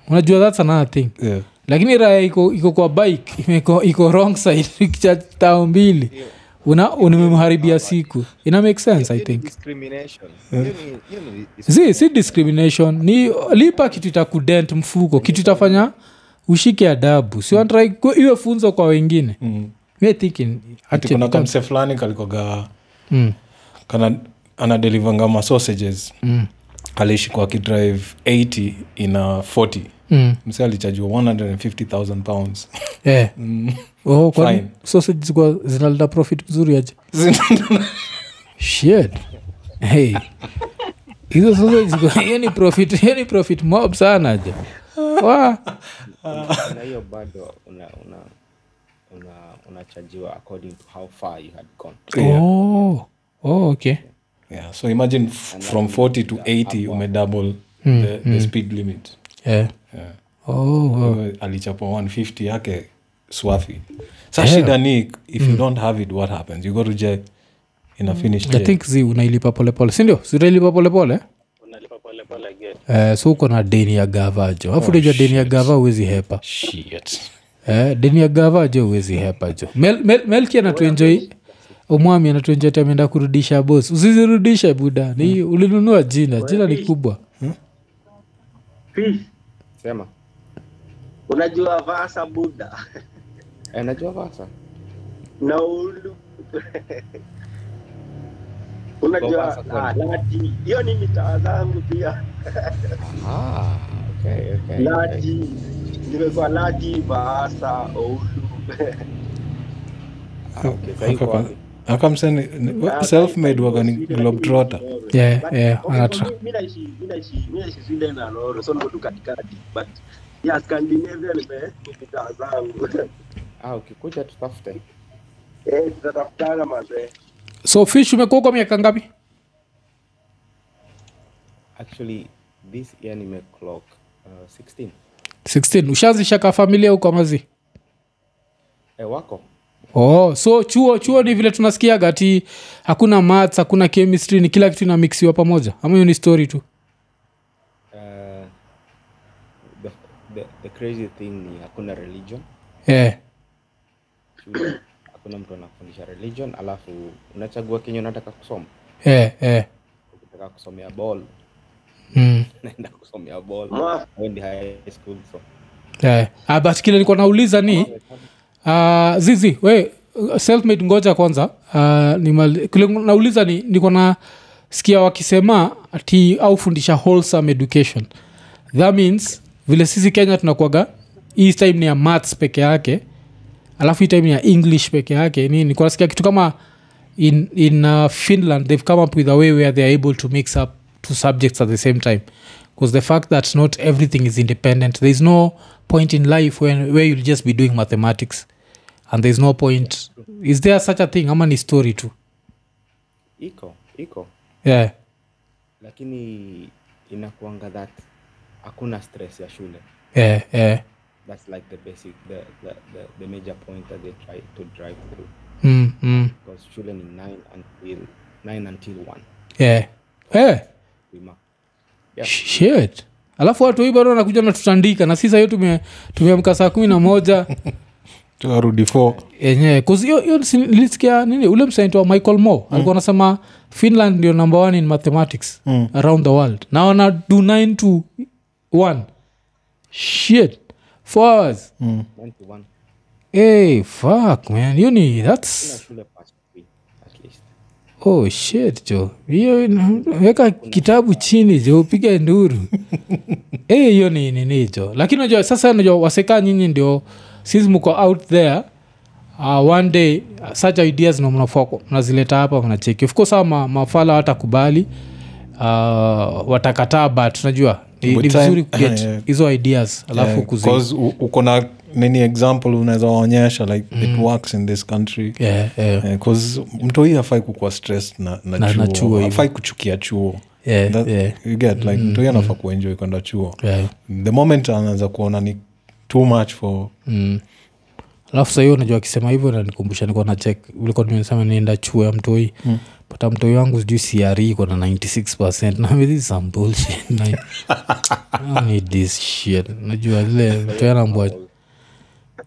unajua thats another thing
yeah.
lakini raya iko, iko kwa bike imeko- iko wrong side ikicha tao mbili una unimemharibia siku ina make sense i think
discrimination hiyo ni hiyo ni
si si discrimination ni lipa kitu itakudent mfuko kitu itafanya ushike adabu si wanatrai ku- iwe funzo kwa wengine mm. thinking
Ati kuna kamse fulani kalikoga mm. kana anadelivanga masausages mm. aliishi kwa kidrive 80 ina 40
Mm.
mse alichajua 150000 pounds
Eh. Oh, kwani
Mm. Fine.
sausage zilikuwa zinaleta profit mzuri aje shit hey. hizo sausage zilikuwa- hiyo ni profit hiyo ni profit mob sana aje Wa.
na hiyo bado una una una uh, unachajiwa according to how far you had gone
oh. Oh, okay
yeah, so imagine f- from 40 to 80 umedouble the, the speed limit
yeah. Oh, wow.
Wewe alichapwa 150 yake swafi sa shida ni if you don't have it what happens you go to jail ina finish
i think zi unailipa polepole sindio sitailipa polepole
unalipa polepole again
Uh, so uko na deni ya gava jo afu unajua deni ya gava uwezi hepa eh, deni ya gava jo uwezi hepa jo Mel- Mel- melki anatuenjoi umwami anatuenjoi tameenda kurudisha bos usizirudishe buda ni ulinunua jina jina ni kubwa
Peace.
sema
unajua vasa buda
eh, najua vasa
na ulu unajua
Vasa kwani?
ah, lati hiyo ni mitaa zangu pia
ah, okay, okay, okay.
lati nimekuwa lati vasa ulu
Ah, okay, sasa iko wapi?
selfmade waga ni globetrotter
yeah,
But,
yeah,
okay,
anatra-
for me, mi naishi- mi naishi- mi naishi Sweden na Norway, so niko tu katikati but yeah, Scandinavia nime- ni mitaa zangu
ah, ukikuja tutafute
Eh, tutatafutana mazee
so fish umekuwa kwa miaka ngapi
actually this year nime clock uh, 16
16 ushaanzisha ka familia huko amazi
eh, wako
oh so chuo chuo ni vile tunasikiaga ti hakuna maths hakuna chemistry ni kila kitu inamixiwa pamoja ama hiyo ni story tu
uh, the, the, the crazy thing ni hakuna religion
yeah.
shule hakuna mtu anafundisha religion alafu unachagua kenye unataka kusoma
Yeah, yeah.
ukitaka kusomea ball
eh. Mm.
naenda kusomea ball
Mwaf-
wendi high school so
Yeah. Ah, but kile nilikuwa nauliza ni uh, zizi we uh, selfmade ngoja kwanza uh, nimali, kile nauliza ni niko na sikia wakisema ati au fundisha wholesome education that means vile sisi kenya tunakuaga hii time ni ya maths peke yake alafu hii time ni ya english peke yake nini Nilikuwa nasikia kitu kama in, in uh, finland they've come up with a way where they are able to mix up two subjects at the same time because the fact that not everything is independent there is no point in life when, where you'll just be doing mathematics and there's no point is there such a thing ama ni story tu
iko iko
yeah
lakini inakuanga that hakuna stress ya shule
yeah, yeah.
that's like the basic the, the, the, the major point that they try to drive through
Mm, mm,
because shule ni 9 until 9 until 1
yeah. Hey,
Remark.
shit alafu watu hii bado wanakuja natutandika na sisi sahiyo tume- tumeamka saa kumi na moja
tuarudi fo
yenyewe 'Cause hiyo- hiyo si- nilisikia nini ule msainti wa michael mo alikuwa anasema finland ndio number one in mathematics around the world na wana do 9 to 1 shit four hours
Hmm.
9 to 1
hey, fuck man hiyo ni
kila
that's
shule past 3 at least
oh shit jo hiyo ina- weka kitabu chini jo upige nduru Eh, hiyo ni nini jo lakini najua sasa najua waseka nyinyi ndio sisi mko out there uh, one day uh, such ideas ndo mnafaa ku- mnazileta hapa mnacheki of course hawa ma, mafala watakubali uh, watakataa but najua ni, ni
With time-
vizuri kuget
Yeah.
hizo ideas alafu
Eh,
kuzi
'cause u- uko na nini example unaweza waonyesha like it works in this country
Mm. yeah, yeah.
Eh, 'cause mtu hii hafai kukuwa stressed na, na,
Na-
chuo.
na chuo hivyo.
hafai kuchukia chuo
Yeah,
That-
yeah. Mm,
you get like mtu hii anafaa kuenjoy kwenda chuo
Yeah.
the moment anaanza kuona ni too much for
alafu sahii unajua akisema hivyo nanikumbusha nikuwa na chek ulikuwa nimesema nienda chuo ya mtoi mm. pata mtoi wangu sijui siari iko na 96 namhisambullshit need this shit najua zile mtoi anambua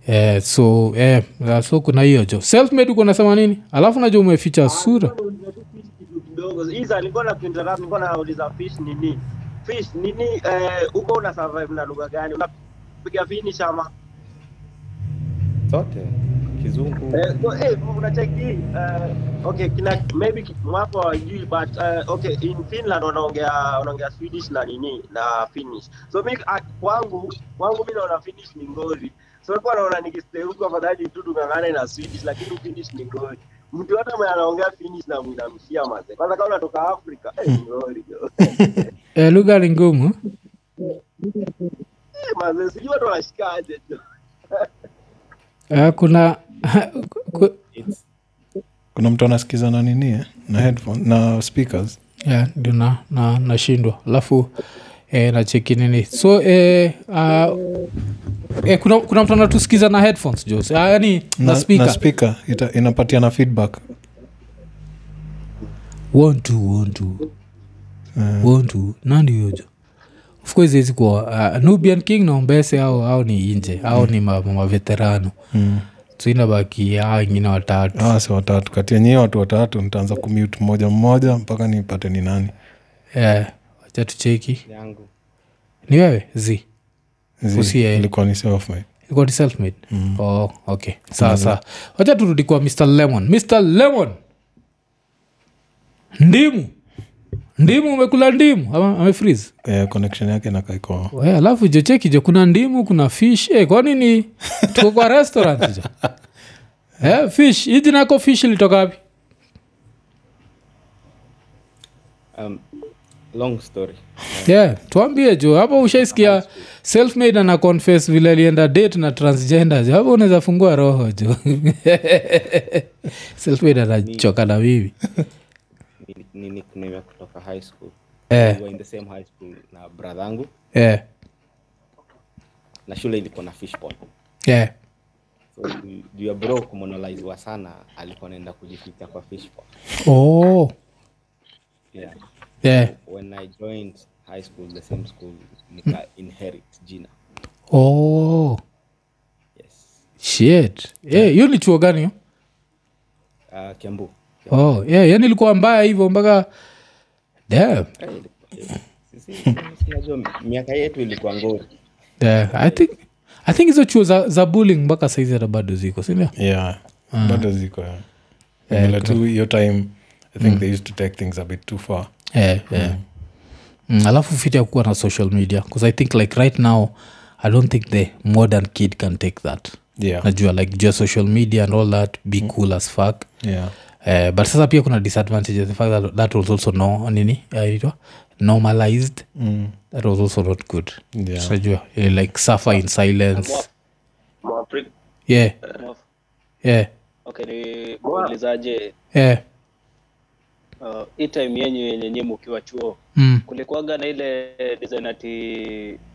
eh, so eh, so kuna hiyo jo selfmade uko nasema nini alafu najua umeficha sura
kitu kidogo isa nilikuwa na kuinterrupt nilikuwa nauliza fish nini fish nini eh, huko una survive na lugha gani unapiga finish ama
zote kizungu
Eh, so, eh, unacheki eh, okay kina maybe ki- mwako hawajui but eh, okay in finland wanaongea wanaongea swedish na nini na finnish so mi ah, kwangu kwangu mi naona finnish ni ngori so nilikuwa naona nikisteuka afadhali tu tung'ang'ane na swedish lakini finnish ni ngori mtu hata mwenye anaongea finnish na mwinamshia maze kwanza kama unatoka afrika eh, ni ngori jo.
eh, lugha ni ngumu
Eh, maze sijui watu wanashikaje jo
eh, kuna ku,
it's
kuna mtu anasikiza na nini eh? na headphone na speakers
yeah, ndio na- na- nashindwa alafu eh, nacheki nini so eh, ah, eh, kuna, kuna mtu anatusikiza na headphones Jose. Ah, yani na
na
speaker
speaker ita, inapatia na feedback
One, two, one, two. One, two. nandi yojo of course hezi kuwa ah, nubian king na ombese au au ni inje au ni ma- ma- maveterano mm. so inabaki hao wengine watatu
ah, si watatu kati yenyewe watu watatu nitaanza kumute mmoja mmoja mpaka nipate ni nani
Eh, wacha tucheki
yangu
ni wewe zi
Zi-
Usi yeye.
ilikuwa ni self made
ilikuwa ni selfmade mm. oh, okay sawa sawa wacha turudi kwa mr lemon mr lemon ndimu ndimu umekula ndimu amefriz
eh, connection yake nakaikoa
alafu jocheki jo kuna ndimu kuna fish eh, kwani ni tuko kwa restaurant jo eh, fish hiji nako fish ilitoka wapi
um, long story
yeah, tuambie jo hapo ushaisikia selfmade ana confess vile alienda date na transgender jo hapo unaweza fungua roho jo selfmade anachoka na mimi
ni, ni nickname ya kutoka high school
Eh.
We were in the same high school na bradhangu
yeah.
na shule ilikuwa na fish pond
yeah.
so ju- juu ya bro kumonolaiziwa sana alikuwa anaenda kujificha kwa fish pond
oh.
yeah.
yeah.
when i joined high school the same school nika inherit jina
oh.
yes
shit yeah, hiyo ni chuo gani hiyo?
uh, kiambu
oh, yeah, yani ilikuwa mbaya hivyo mpaka Damn.
Eh, sisi- sisi unajua miaka yetu ilikuwa ngori
Yeah, I think i think hizo chuo za, za bullying mpaka saizi hata bado ziko sindio
yeah
Ah.
bado ziko yeah.
Eh,
Ila tu hiyo time i
Mm.
think they used to take things a bit too far
yeah, yeah. Mm, alafu fit ya kuwa na social media bcause i think like right now i don't think the modern kid can take that
yeah
najua like jua social media and all that be cool as fuck
yeah
Eh, but sasa pia kuna disadvantages the fact that, that was also no, nini uh, inaitwa? normalized mm. that was also not good
Yeah.
Tunajua, eh, like suffer in silence
Mwafrika.
yeah
Mwaf-
yeah
okay ni muulizaje
yeah
uh, hii time yenyu yenye nyimu ukiwa chuo
mm.
kulikuwaga na ile design ati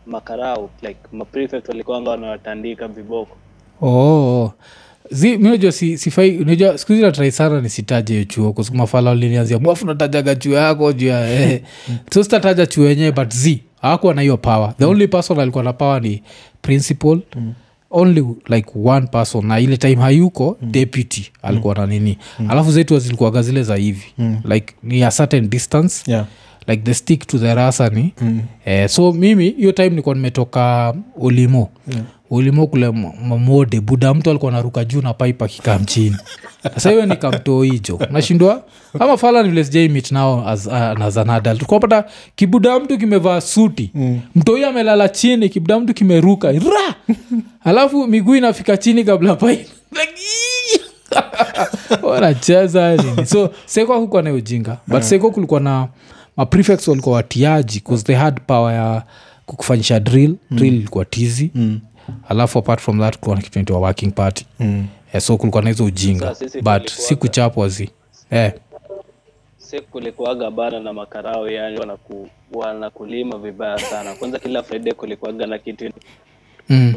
makarau like maprefect walikuwanga wanawatandika viboko
oh. zi minajua si, sifai unajua siku hizi natrai sana nisitaje hiyo chuo kwasiku mafala walinianzia mwafu natajaga chuo yako juu ya eh. so sitataja chuo yenyewe but z hawakuwa na hiyo power the only person alikuwa na power ni principal mm only like one person na ile time hayuko mm. deputy alikuwa mm. na nini mm. alafu zetu zilikuwaga zile za hivi mm. like ni a certain distance
yeah.
like the stick to the rasani mm. eh, so mimi hiyo time nilikuwa nimetoka olimo yeah. olimo kule m- mamode buda mtu alikuwa naruka juu na pipe akikaa mchini sasa hiyo nikamtoo hicho nashindwa ama fala ni vile sijai meet nao as, uh, as an adult kupata kibuda mtu kimevaa suti mm. mtoi amelala chini kibuda mtu kimeruka ra alafu miguu inafika chini kabla pipe like, "Ee!" wanacheza nini so seko hakukuwa na ujinga but seko kulikuwa na maprefects walikuwa watiaji bcause they had power ya kukufanyisha drill drill ilikuwa tizi mm. alafu apart from that kulikuwa na kitu inaitwa working party mm. yeah, so kulikuwa na hizo ujinga
Sasa sisi
but
tulikuwa-
si kuchapwa zi eh,
si kulikuwaga bana na makarao yani wanaku, wanakulima vibaya sana kwanza kila friday kulikuwaga na kitu
mm,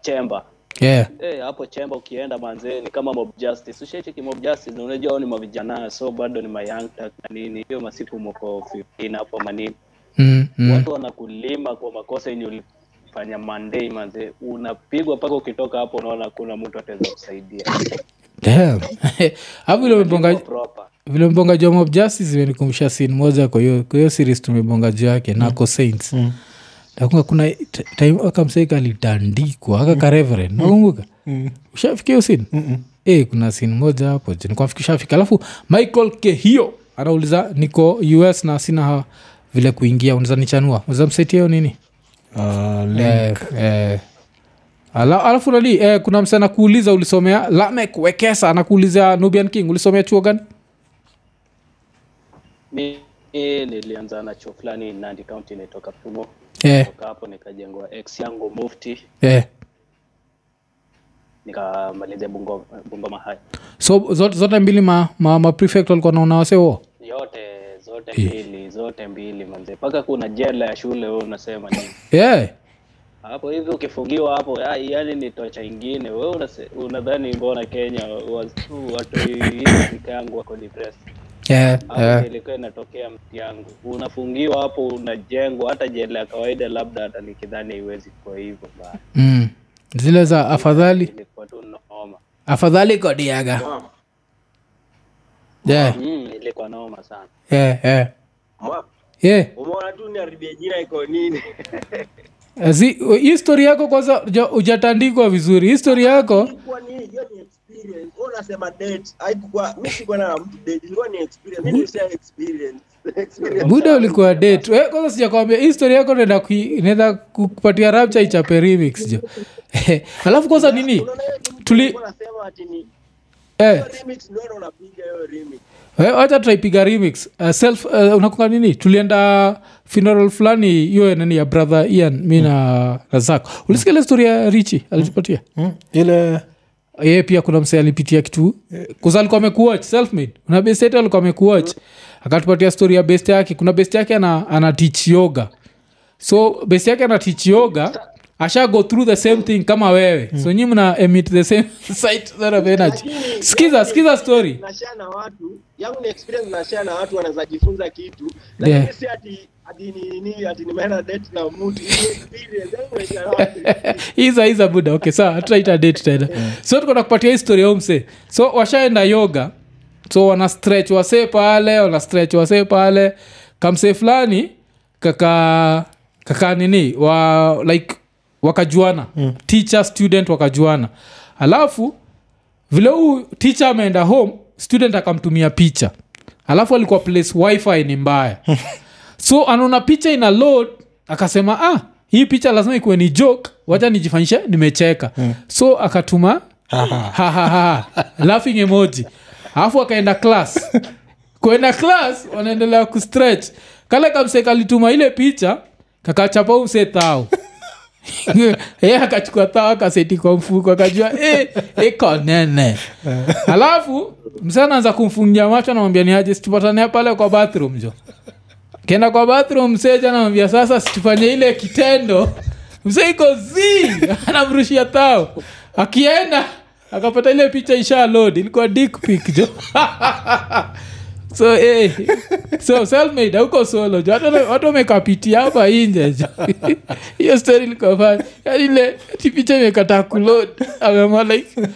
chemba
yeah.
Eh, hapo chemba ukienda manzee ni kama mob justice ushacheki mob justice na unajua hao ni mavijana so bado ni mayang na nini hiyo masiku moko 15 hapo manini
mm, mm.
watu wanakulima kwa makosa yenye ulifanya mandei manzee unapigwa mpaka ukitoka hapo unaona kuna mtu ataweza kusaidia
Damn. Alafu vile umebonga-
proper
vile mbonga juu ya mob justice imenikumbusha sin moja kwa hiyo kwa hiyo series tumebonga juu yake nako saints nakunga kuna t- time akamseika alitandikwa aka kareveren nakumbuka ushafikia hiyo sin e kuna sin moja hapo nikuafikishafika alafu michael kehio anauliza niko us na sina ha- vile kuingia unaeza nichanua unaeza msaitia hiyo nini
Ah, le-
eh, eh. Ala, alafu nani eh, kuna msa anakuuliza ulisomea lamek wekesa anakuuliza nubian king ulisomea chuo gani
mi mi nilianza na chuo fulani nandi county inaitoka pumo
eh,
toka hapo nikajengwa ex yangu mufti
eh.
nikamalizia Bungo- bungoma high
so zote, zote mbili ma, ma, ma prefect walikuwa naona wasewo
yote zote mbili zote mbili manze mpaka kuna jela ya shule wewe unasema nini
yeah.
hapo hivi ukifungiwa hapo ya- yani ni tocha ingine wewe unase- unadhani mbona kenya watu watu yangu wako depressed
yeah,
hapo
yeah.
ilikuwa inatokea mti yangu unafungiwa hapo unajengwa hata jela ya kawaida labda hata nikidhani haiwezi kuwa hivyo bana
Mm. zile za afadhali
ilikuwa tu noma
afadhali kodiaga yeah, Eh,
mm, ilikuwa noma sana
yeah, yeah.
Mwap,
yeah.
umeona tu niharibia jina iko nini
eh, Zi- hii story yako kwanza huja- hujatandikwa vizuri hii story yako
ilikuwa ni hiyo ni experience wewe unasema date haikuwa mimi sikuwa na mtu date ilikuwa ni experience mimi nilisha experience experience
buda ulikuwa date Eh, kwanza sijakwambia hii story yako naenda kui- inaenda kukupatia rapcha ichape remix jo Eh, alafu kwanza nini
unaona hiyo kitu
Tuli-
nilikuwa nasema ati ni
eh,
hiyo remix ndio ndo unapiga hiyo remix
Eh, wacha tutaipiga remix uh, self uh, unakunga nini tulienda funeral fulani hiyo nani ya brother ian mi na mm. razak ulisikia ile story ya richi alitupatia
Mm, ile Eh.
yeye pia kuna msee alipitia kitu kuza alikuwa amekuwach selfmade kuna best yetu alikuwa amekuwach akatupatia story ya best yake kuna best yake ana, ana teach yoga so best yake ana teach yoga asha go through the same thing kama wewe
Mm.
so nyi mna emit the same site that of energy
Lakini-
skiza skiza story
nashare na watu yangu ni experience nashare na watu wanaweza jifunza kitu lakini
Yeah.
si ati ati ni nini ati nimeenda date na mtu Ni experience yangu nashare na watu
iza iza buda okay saa hatutaita date tena so tuko nakupatia historia umse so washaenda yoga so wana stretch wasee pale wana stretch wasee pale kamsee fulani kaka kaka nini wa like wakajuana mm. teacher student wakajuana alafu vile huu teacher ameenda home student akamtumia picha alafu alikuwa place wifi ni mbaya so anaona picha ina load akasema ah hii picha lazima ikuwe ni joke wacha nijifanyishe nimecheka mm. so akatuma hahaha laughing emoji alafu akaenda class kuenda class wanaendelea kustretch kale kamseka alituma ile picha kakachapa umse thao e akachukua taa akaseti kwa mfuko akajua e, iko nene alafu msee anaanza kumfungia macho anamwambia ni aje situpatania pale kwa bathroom jo kenda kwa bathroom mseja anamwambia sasa situfanye ile kitendo msee iko zi anamrushia tao akienda akapata ile picha isha load ilikuwa dick pic jo so eh, so selmade auko solo jo Hata na- watu wamekapitia hapa inje jo hiyo story likofanya ile tipicha imekata kulod amema like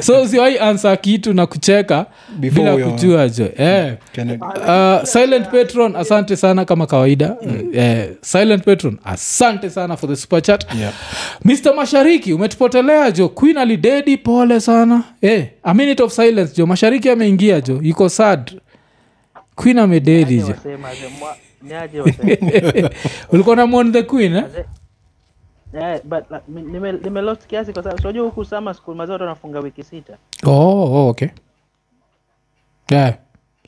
so siwai ansa kitu na kucheka
Before we
bila
are-
kujua jo eh
Kennedy.
Uh, silent patron asante sana kama kawaida eh, silent patron asante sana for the super chat
Yeah.
mr mashariki umetupotelea jo queen alidedi pole sana eh, a minute of silence jo mashariki ameingia jo yuko sad queen amededi jo
niaje wasema
ulikuwa na mon the queen eh?
Eh, but like, mi- nime- nimelost kiasi kwa sababu unajua huku summer school mazao wanafunga wiki sita
oh, oh, okay yeah.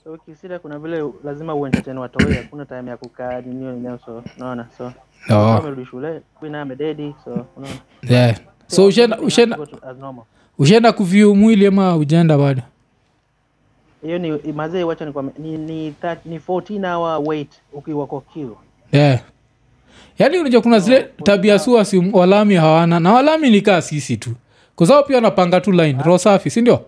so wiki sita kuna vile lazima uentertain watoto hakuna time ya kukaa nini nini so unaona so
oh,
amerudi shule queen amededi so unaona
yeah. so ushenda ushenda
Go to as normal
ushenda kuvyu mwili ama ujenda bado
hiyo ni mazee wacha ni, ni, ni, thir- ni 14 hour wait ukiwa kwa queue
yeah. yaani unajua kuna zile tabia su wasi- walami hawana na walami ni kaa sisi tu kwa sababu pia wanapanga tu line roho safi sindio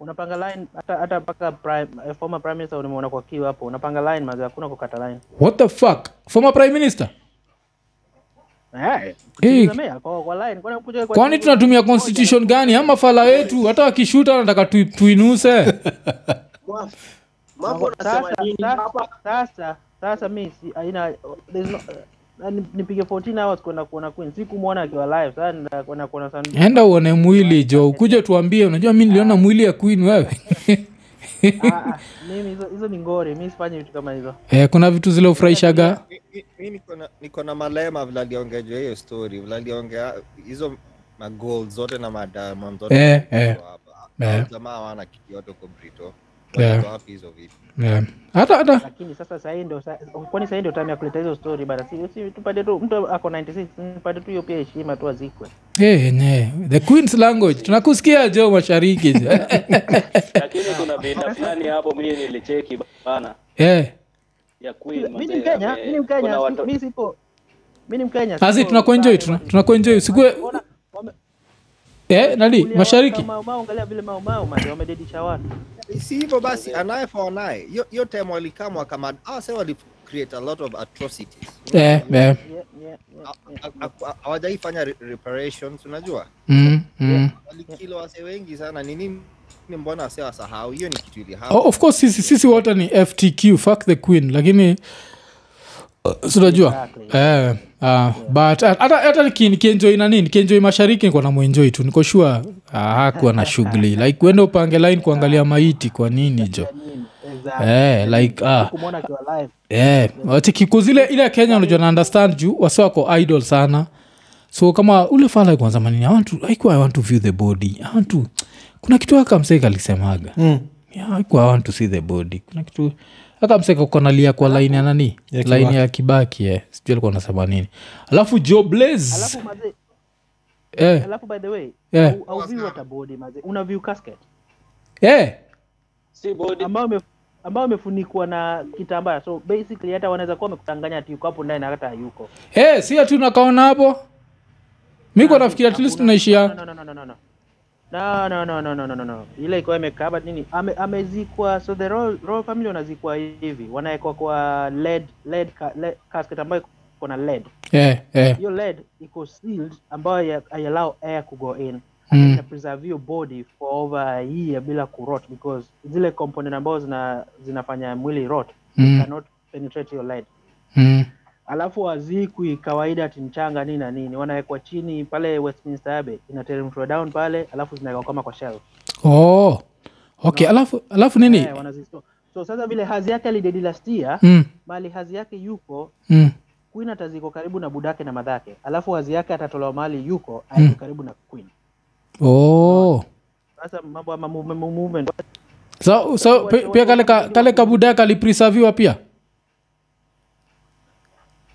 unapanga line hata hata mpaka prime eh, former prime minister ulimuona kwa queue hapo unapanga line mazee hakuna kukata line
what the fuck former prime minister
eh
Hey,
sikiliza mea kwa kwa line kwani kuja kwa
kwani
TV?
tunatumia constitution gani ama fala yetu hata wakishuta wanataka tu, tuinuse
mambo nasema
sasa
nini
sasa-
hapa
sasa sasa mi si aina there's no uh, ni- nipige 14 hours kwenda kuona queen sikumwona akiwa live sasa nenda kwenda kuona Sun-
enda uone mwili jo ukuja tuambie unajua mi niliona mwili ya queen wewe
Ah, ah, mimi hizo hizo ni ngori mi sifanyi vitu kama hizo
eh, kuna vitu zile ufurahishaga
Mi- mi- mi niko na- niko na malema vlaliongea juu ya hiyo story vlaliongea hizo magol zote na madamond zote
Eh, eh.
ziko hapa.
Eh.
jamaa hawana kitu yote huko brito
Yeah.
Wanatoa wapi hizo vitu
yeah. hata hata
lakini sasa sahii ndio sa- kwani sahii ndio time ya kuleta hizo story bana si, si tupate tu mtu ako 96 tupate tu hiyo pia heshima tu azikwe
Eh, yenyewe the queen's language tunakusikia jo mashariki Eh. jo.
lakini kuna vita fulani hapo mimi nilicheki bana
eh.
ya queen
mi ni
mazee,
mkenya
ame-
mi ni mkenya
kuna
si-
watu-
mi sipo mi ni mkenya
asi
sipo-
tunakuenjoi
sasa-
tunakuenjoi sikue
Ona, wame-
eh, nani
kulia
mashariki
watu kama Mau, angalia vile Mau Mau, maze, wamededisha watu
si hivyo basi anaye fa anaye hiyo hiyo time walikamwa kama ah, sasa wali create a lot of atrocities
eh, eh.
Yeah, yeah, yeah, yeah.
Ha- ha- ha- hawajaifanya re- reparations unajua
Mm, mm.
walikila wase wengi sana ni nini ni mbona wase wasahau hiyo ni kitu ili
Oh, of course sisi, sisi wote ni ftq fuck the queen lakini uh, sinajua eh, uh, but uh, hata hata niki- nikienjoi nani nikienjoi mashariki niko namwenjoi tu niko shua uh, hakuwa na shughuli like uende upange line kuangalia maiti kwa nini jo eh, like ah,
Kumwona akiwa live.
yeah. watikikuzile Eh, ile ya kenya unajua na understand juu wasi wako idol sana so kama ule fala kwanza manini I want to, I, I want to view the body I want to, kuna kitu akamseka alisemaga mm. yeah, I, I want to see the body kuna kitu akamseka konalia kwa line ya nani
Ya
line
Kibaki.
ya kibaki yeah. sijui alikuwa anasema nini alafu joe blaze
Alafu maze,
eh,
alafu by the way,
Yeah.
au- au view hata body maze, una view casket
eh,
si body
ambayo ime- ambayo imefunikwa na kitambaa. So basically hata wanaweza kuwa wamekudanganya ati yuko hapo ndani na hata hayuko.
eh, si ati unakaona hapo miko nafikiri at least
Hakuna-
tunaishia
no, no, no, no, no, no. No, no, no, no, no, no, no, no. Ile iko imekaa but nini? Ame, amezikwa so the royal, royal family wanazikwa hivi. Wanawekwa kwa lead lead, ca- lead casket ambayo iko na lead.
eh, eh.
hiyo led iko sealed ambayo haiallow air ku go in
Mm.
mm. ina preserve your body for over a year bila ku rot because zile component ambazo zina, zinafanya mwili rot
Mm.
cannot penetrate your lead
Mm.
alafu wazikwi kawaida ati mchanga nini na nini wanawekwa chini pale Westminster Abbey inateremshwa down pale alafu zinawekwa kama kwa shelf
oh. okay alafu, alafu nini
eh, wanazisto so sasa vile hazi yake alidedi last year
mm.
mali hazi yake yuko
Mm.
queen ataziko karibu na budake na madhake alafu hazi yake atatolewa mahali yuko aiko karibu na queen
Oh.
sasa mambo ya ma- movement movement
so, so
Watu-
pi-
watu-
pia kale, ka,
watu-
kale kabudaka liprisaviwa pia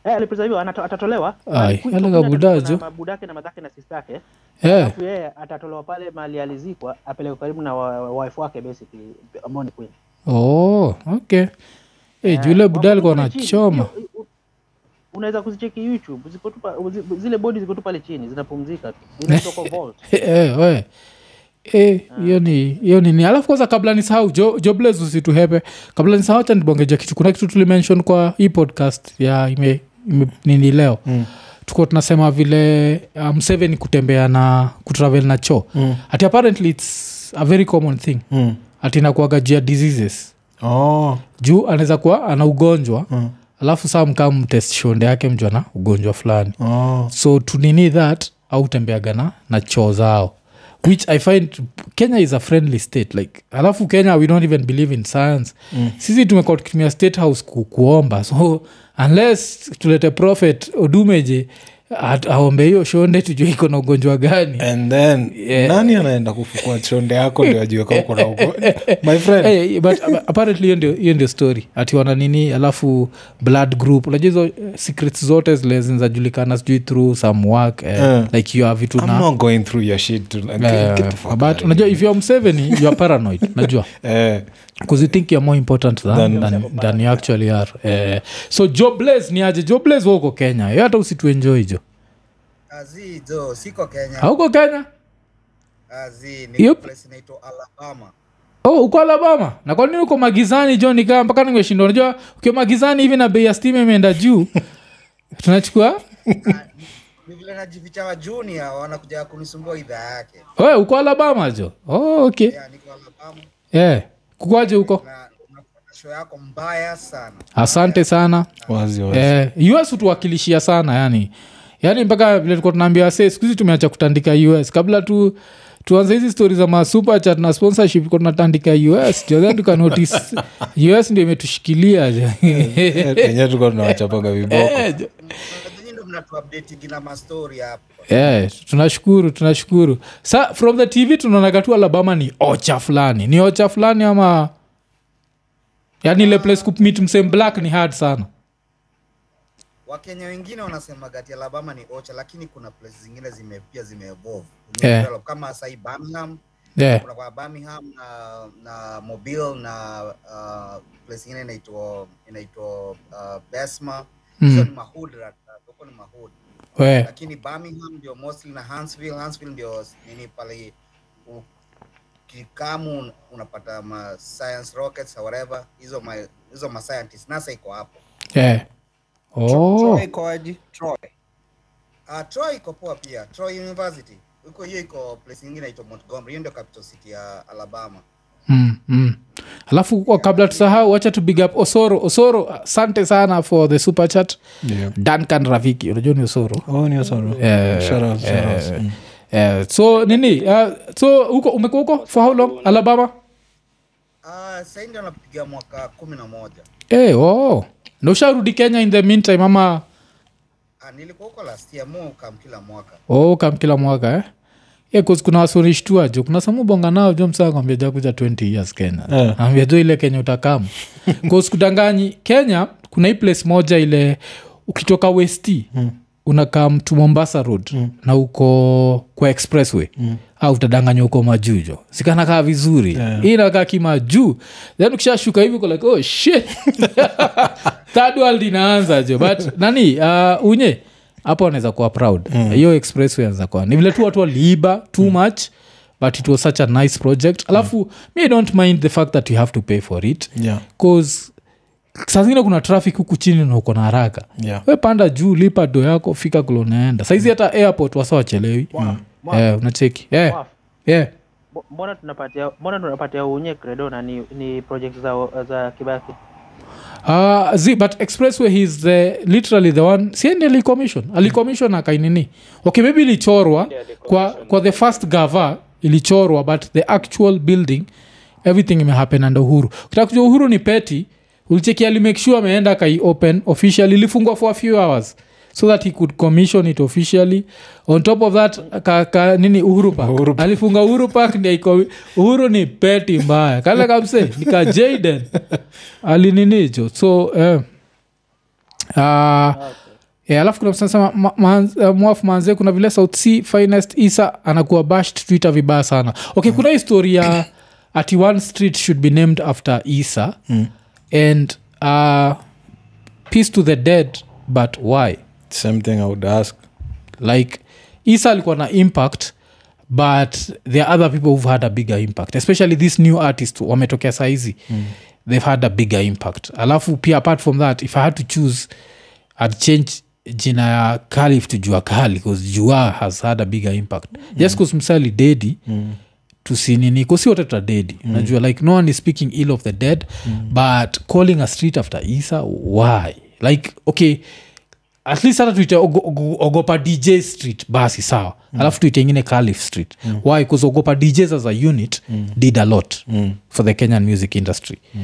eh, alipreserviwa anato- atatolewa
Ai,
Ku-
yale
kuna
kabudajo.
na mabudake na madhake na sistake
Eh.
alafu yeye atatolewa pale mahali alizikwa apelekwe karibu na wa- wa- wife wake basically ambao ni queen Eh,
oh, okay Eh, hey, jule buda alikuwa anachoma
unaweza kuzicheki youtube ziko tu pa- zi- zile bodi ziko tu pale chini zinapumzika tu Zinaitwa kwa vault
Eh, we. Eh, hiyo ni hiyo ni ni alafu kwanza kabla nisahau jo, jobles usituhepe kabla nisahau hacha nibongeja kitu kuna kitu tulimenshon kwa hii podcast ya ime, ime, nini leo mm. tuko tunasema vile uh, mseveni kutembea na kutravel na choo
Mm.
ati apparently its a very common thing
Mm.
ati nakuagajia diseases
Oh.
juu anaweza kuwa ana ugonjwa mm. alafu saa mkaa mtest shonde yake mjwa na ugonjwa fulani
Oh.
so tunini that autembeaga na na choo zao which i find kenya is a friendly state like alafu kenya we don't even believe in science mm. sisi tumekuwa tukitumia state house ku, kuomba so unless tulete prophet odumeje at- aombe hiyo shonde tujue iko na ugonjwa gani
and then nani anaenda kufukua chonde yako ndio ajue kama uko na ugonjwa my friend
hey, but a- apparently hiyo ndio- hiyo ndio story ati wana nini alafu blood group unajua hizo eh, secrets zote zile zinajulikana sijui through some work eh,
Eh.
like you have vitu
I'm
na
not going through your shit to like,
Eh,
get the fuck
but
out.
unajua if youare mseveni youare paranoid najua
Eh,
because you think youare more important than, than, than you actually are eh, so jobles ni aje jobles wauko kenya yo hata usituenjoi jo
azizo siko kenya
hauko Ah, kenya
azi
Yup.
naitwa alabama
oh uko alabama na kwa nini uko magizani jo nikaa mpaka nimeshindwa unajua ukiwa magizani hivi na bei ya stima imeenda juu tunachukua
ni vile najificha wa junior wanakuja kunisumbua idhaa yake
we uko alabama jo oh, okay
yeah, niko alabama
yeah. kukwaje huko
na show yako mbaya sana
asante sana
wazi wazi
eh, us hutuwakilishia sana yani yaani mpaka vile tulikuwa tunaambia se sikuhizi tumeacha kutandika us kabla tu tuanze hizi stori za masupa chat na sponsorship tulikuwa tunatandika us tukanotis us ndio imetushikilia
Eh, Kenya tulikuwa tunawachapanga viboko
Eh, jo.
Nyinyi ndio mnatuupdate na mastori hapo
yeah, Eh, tunashukuru tunashukuru sa from the tv tunaonaga tu alabama ni ocha fulani ni ocha fulani ama yaani ile place kumit msem black ni hard sana
wakenya wengine wanasema gati alabama ni ocha lakini kuna place zingine zime pia zimeevolve
Eh.
Zimedevelop. kama sai birmingham
yeah.
kuna kwa birmingham na, na mobile na uh, place ingine inaitwa inaitwa uh, besma
Mm.
hizo ni mahud huko ni mahud
we
lakini birmingham ndio mostly na hansville hansville ndio nini pale u- kikamu un- unapata ma science rockets or whatever hizo ma hizo ma scientists nasa iko hapo
yeah. eh. oh.
ikoaji troy
uh, troy iko poa pia troy university huko hiyo iko place nyingine inaitwa montgomery hiyo ndio capital city ya alabama
mm, mm. alafu kwa kabla tusahau wacha to big up osoro osoro asante sana for the super chat
Yeah.
duncan rafiki unajua ni osoro
Oh, ni Osoro.
Eh,
Shout out, shout
eh,
out. Mm.
eh, so nini uh, so huko umekuwa huko for how long alabama
uh, sahii ndio anapiga mwaka kumi na moja
hey, oh. na usharudi kenya in the meantime ama
uh, nilikuwa huko last year mu kam kila mwaka
oh, kam kila mwaka eh? Yeah, 'cause kuna wasorishtua jo kuna samubonga nao jo msaa kwambia jakuja 20 years kenya
Eh.
ambia jo ile kenya utakamu kuskudanganyi kenya kuna hii place moja ile ukitoka westi mm. unakaa mtu mombasa road mm. na uko kwa expressway mm. au utadanganywa uko majuu jo sikanakaa vizuri yeah. hii nakaa kimajuu then ukishashuka hivi uko like oh shit third world inaanza jo but nani uh, unye hapo anaweza kuwa proud hiyo mm. expressway anaweza kuwa ni vile tu watu waliiba too mm. much but it was such a nice project alafu mm. me I don't mind the fact that you have to pay for it
Yeah.
bcause saa zingine kuna traffic huku chini na uko na haraka
Yeah.
we panda juu lipa do yako fika kulonaenda saizi hata airport wasa wachelewi Eh, unacheki Eh,
Waf.
eh.
Mbo- mbona tunapatia mbona tunapatia unye credo na ni, ni project za, za kibaki
Ah, zi, but expressway he is the, literally the one siende alikomishon alikomishon akainini okay maybe ilichorwa kwa, kwa the first gava ilichorwa but the actual building everything imehappen under uhuru kitaka kujua uhuru ni peti ulicheki alimake sure ameenda akai open officially ilifungwa for a few hours so that he could commission it officially on top of that ka, ka, nini uhuru park
Uhuru Park.
alifunga uhuru park ndio iko- uhuru ni peti mbaya kale kamse nika jaden alininicho so eh, ah, e, alafu kuna msanasema ma, maanz- eh, mwaf manze kuna vile south sea finest isa anakuwa bashed twitter vibaya sana okay kuna hii story ya ati one street should be named after isa
Mm.
and uh, peace to the dead but why
same thing i would ask
like isa alikuwa na impact but there are other people who've had a bigger impact especially this new artist wametokea saizi mm. they've had a bigger impact alafu pia apart from that if i had to choose i'd change jina ya kalif to jua kali bcause jua has had a bigger impact mm. just bcause msali dedi mm tusinini kusioteta dedi mm. najua like no one is speaking ill of the dead mm. but calling a street after isa why like okay at least hata tuite ogo- ogo- ogopa dj street basi sawa mm. alafu tuite ingine calif street mm. why bcause ogopa djs as a unit mm. did a lot mm. for the kenyan music industry mm.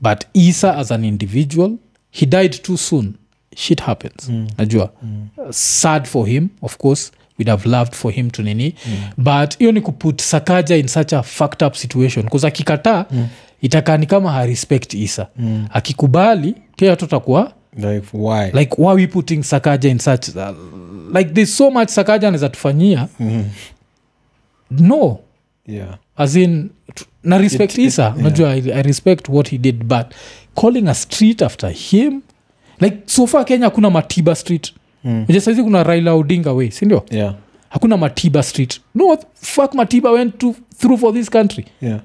but isa as an individual he died too soon shit happens mm. najua mm. sad for him of course we'd have loved for him to nini mm. but hiyo ni kuput sakaja in such a fucked up situation bcause akikataa mm. itakani kama harespect isa mm. akikubali kea tutakuwa
like why
like why are we putting sakaja in such uh, like there's so much sakaja anaweza tufanyia
Mhm.
no
yeah
as in t- na respect
it-
isa
yeah.
unajua I, i respect what he did but calling a street after him like so far kenya hakuna matiba street
Mm.
Unajua saizi kuna raila odinga way sindio
yeah
hakuna matiba street no fuck matiba went to, through for this country
yeah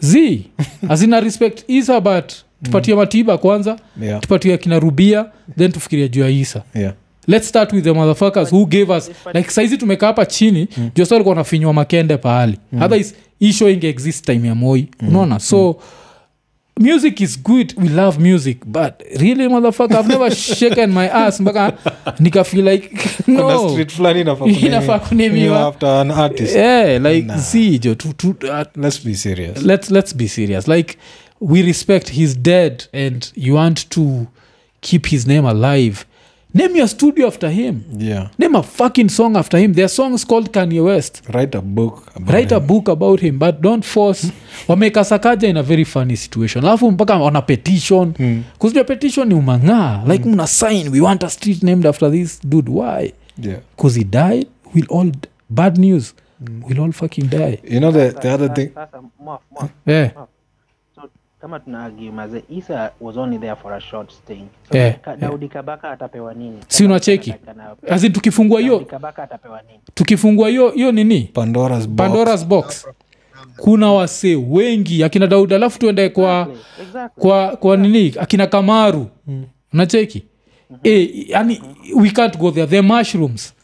z azina respect isa but tupatie matiba kwanza
Mm. yeah
tupatie akina rubia then tufikiria juu ya isa
yeah
let's start with the motherfuckers who gave us like saizi tumekaa hapa chini mm. josa alikuwa anafinywa makende pahali mm. otherwise hii show inge exist time ya moi mm. unaona so mm. music is good we love music but really motherfucker i've never shaken my ass mpaka nikafeel like
kuna
no
street fulani inafaa
Inafaa kunimiwa.
kunimiwa after an artist
yeah, like
Nah.
see jo tu, tu, uh,
let's be serious
let's let's be serious like we respect he's dead and you want to keep his name alive name your studio after him
yeah
name a fucking song after him their songs called kanye west
write a book about
write a
him.
book about him but don't force wameka sakaja in a very funny situation alafu mpaka wana petition
Mm.
kusijua petition ni umang'aa like mna sign we want a street named after this dude why
yeah
because he died we'll all bad news we'll all fucking die Eh.
you know the, the other thing
sasa mwaf, mwaf.
yeah
So, kama tunaagiu maze isa was only there for a short sting so,
Yeah,
Ka- daudi kabaka atapewa nini
Eh, Si unacheki?
Kama Daudi
As in tukifungua hiyo
kabaka atapewa nini
tukifungua hiyo hiyo nini
pandora's box
pandoras box kuna wasee wengi akina daudi alafu tuende kwa
exactly Hmm.
kwa kwa nini akina kamaru mm. nacheki mm-hmm. e, yani we can't go there the mushrooms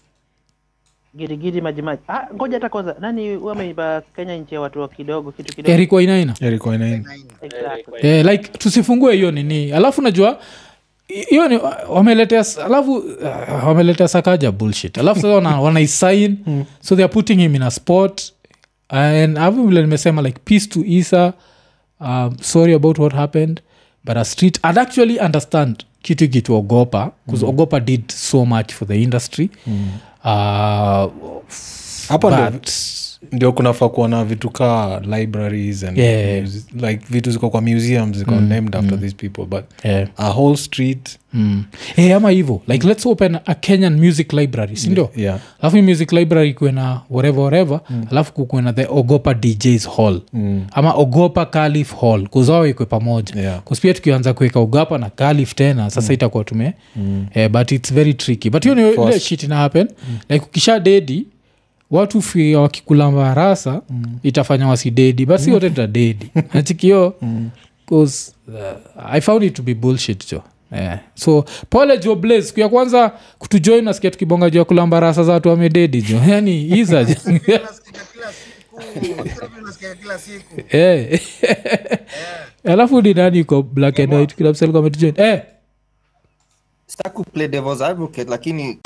girigiri majimaji Ah, ngoja hata kwanza nani huyu ameiba kenya nchi ya watu wa kidogo kitu kidogo
erikwa inaina
Ilikuwa inaini?
exactly.
e, like tusifungue hiyo nini alafu najua hiyo ni wameletea s- alafu uh, wameletea sakaja bullshit alafu sasa wana, wanaisign
Hmm.
so theyare putting him in a spot and avu vile nimesema like peace to isa um, sorry about what happened but a street i'd actually understand kitu kitu ogopa
Hmm.
bcause ogopa did so much for the industry mm. uh,
Hapo ndio-
but,
ndio kunafaa kuwa na vitu kaa libraries and
Yeah. Mm.
muse- like vitu ziko kwa museums ziko named after these people but
yeah.
a whole street
mm. hey, ama hivo like let's open a kenyan music library sindio
yeah
alafu hii music library ikuwe na whatever whatever mm. alafu kukuwe na the ogopa djs hall mm. ama ogopa calif hall kuzawa ikwe pamoja
Yeah.
kuspia tukianza kuweka ogapa na calif tena sasa mm. itakuwa tume mm. eh, but its very tricky but hiyo ni ile
Forced.
shit ina happen mm. like ukisha dedi watu fi wakikula marasa mm. itafanya wasidedi but si wote tutadedi nachikio bcause uh, i found it to be bullshit jo Yeah. so pole jo blaze siku ya kwanza kutujoin nasikia tukibonga juu ya kulambarasa za watu wamededi jo yani iza jo.
Nasikia kila siku, interview nasikia kila siku.
Eh. alafu ni nani uko black and white kila msali kwa ametujoin eh
sitakuplay devils advocate lakini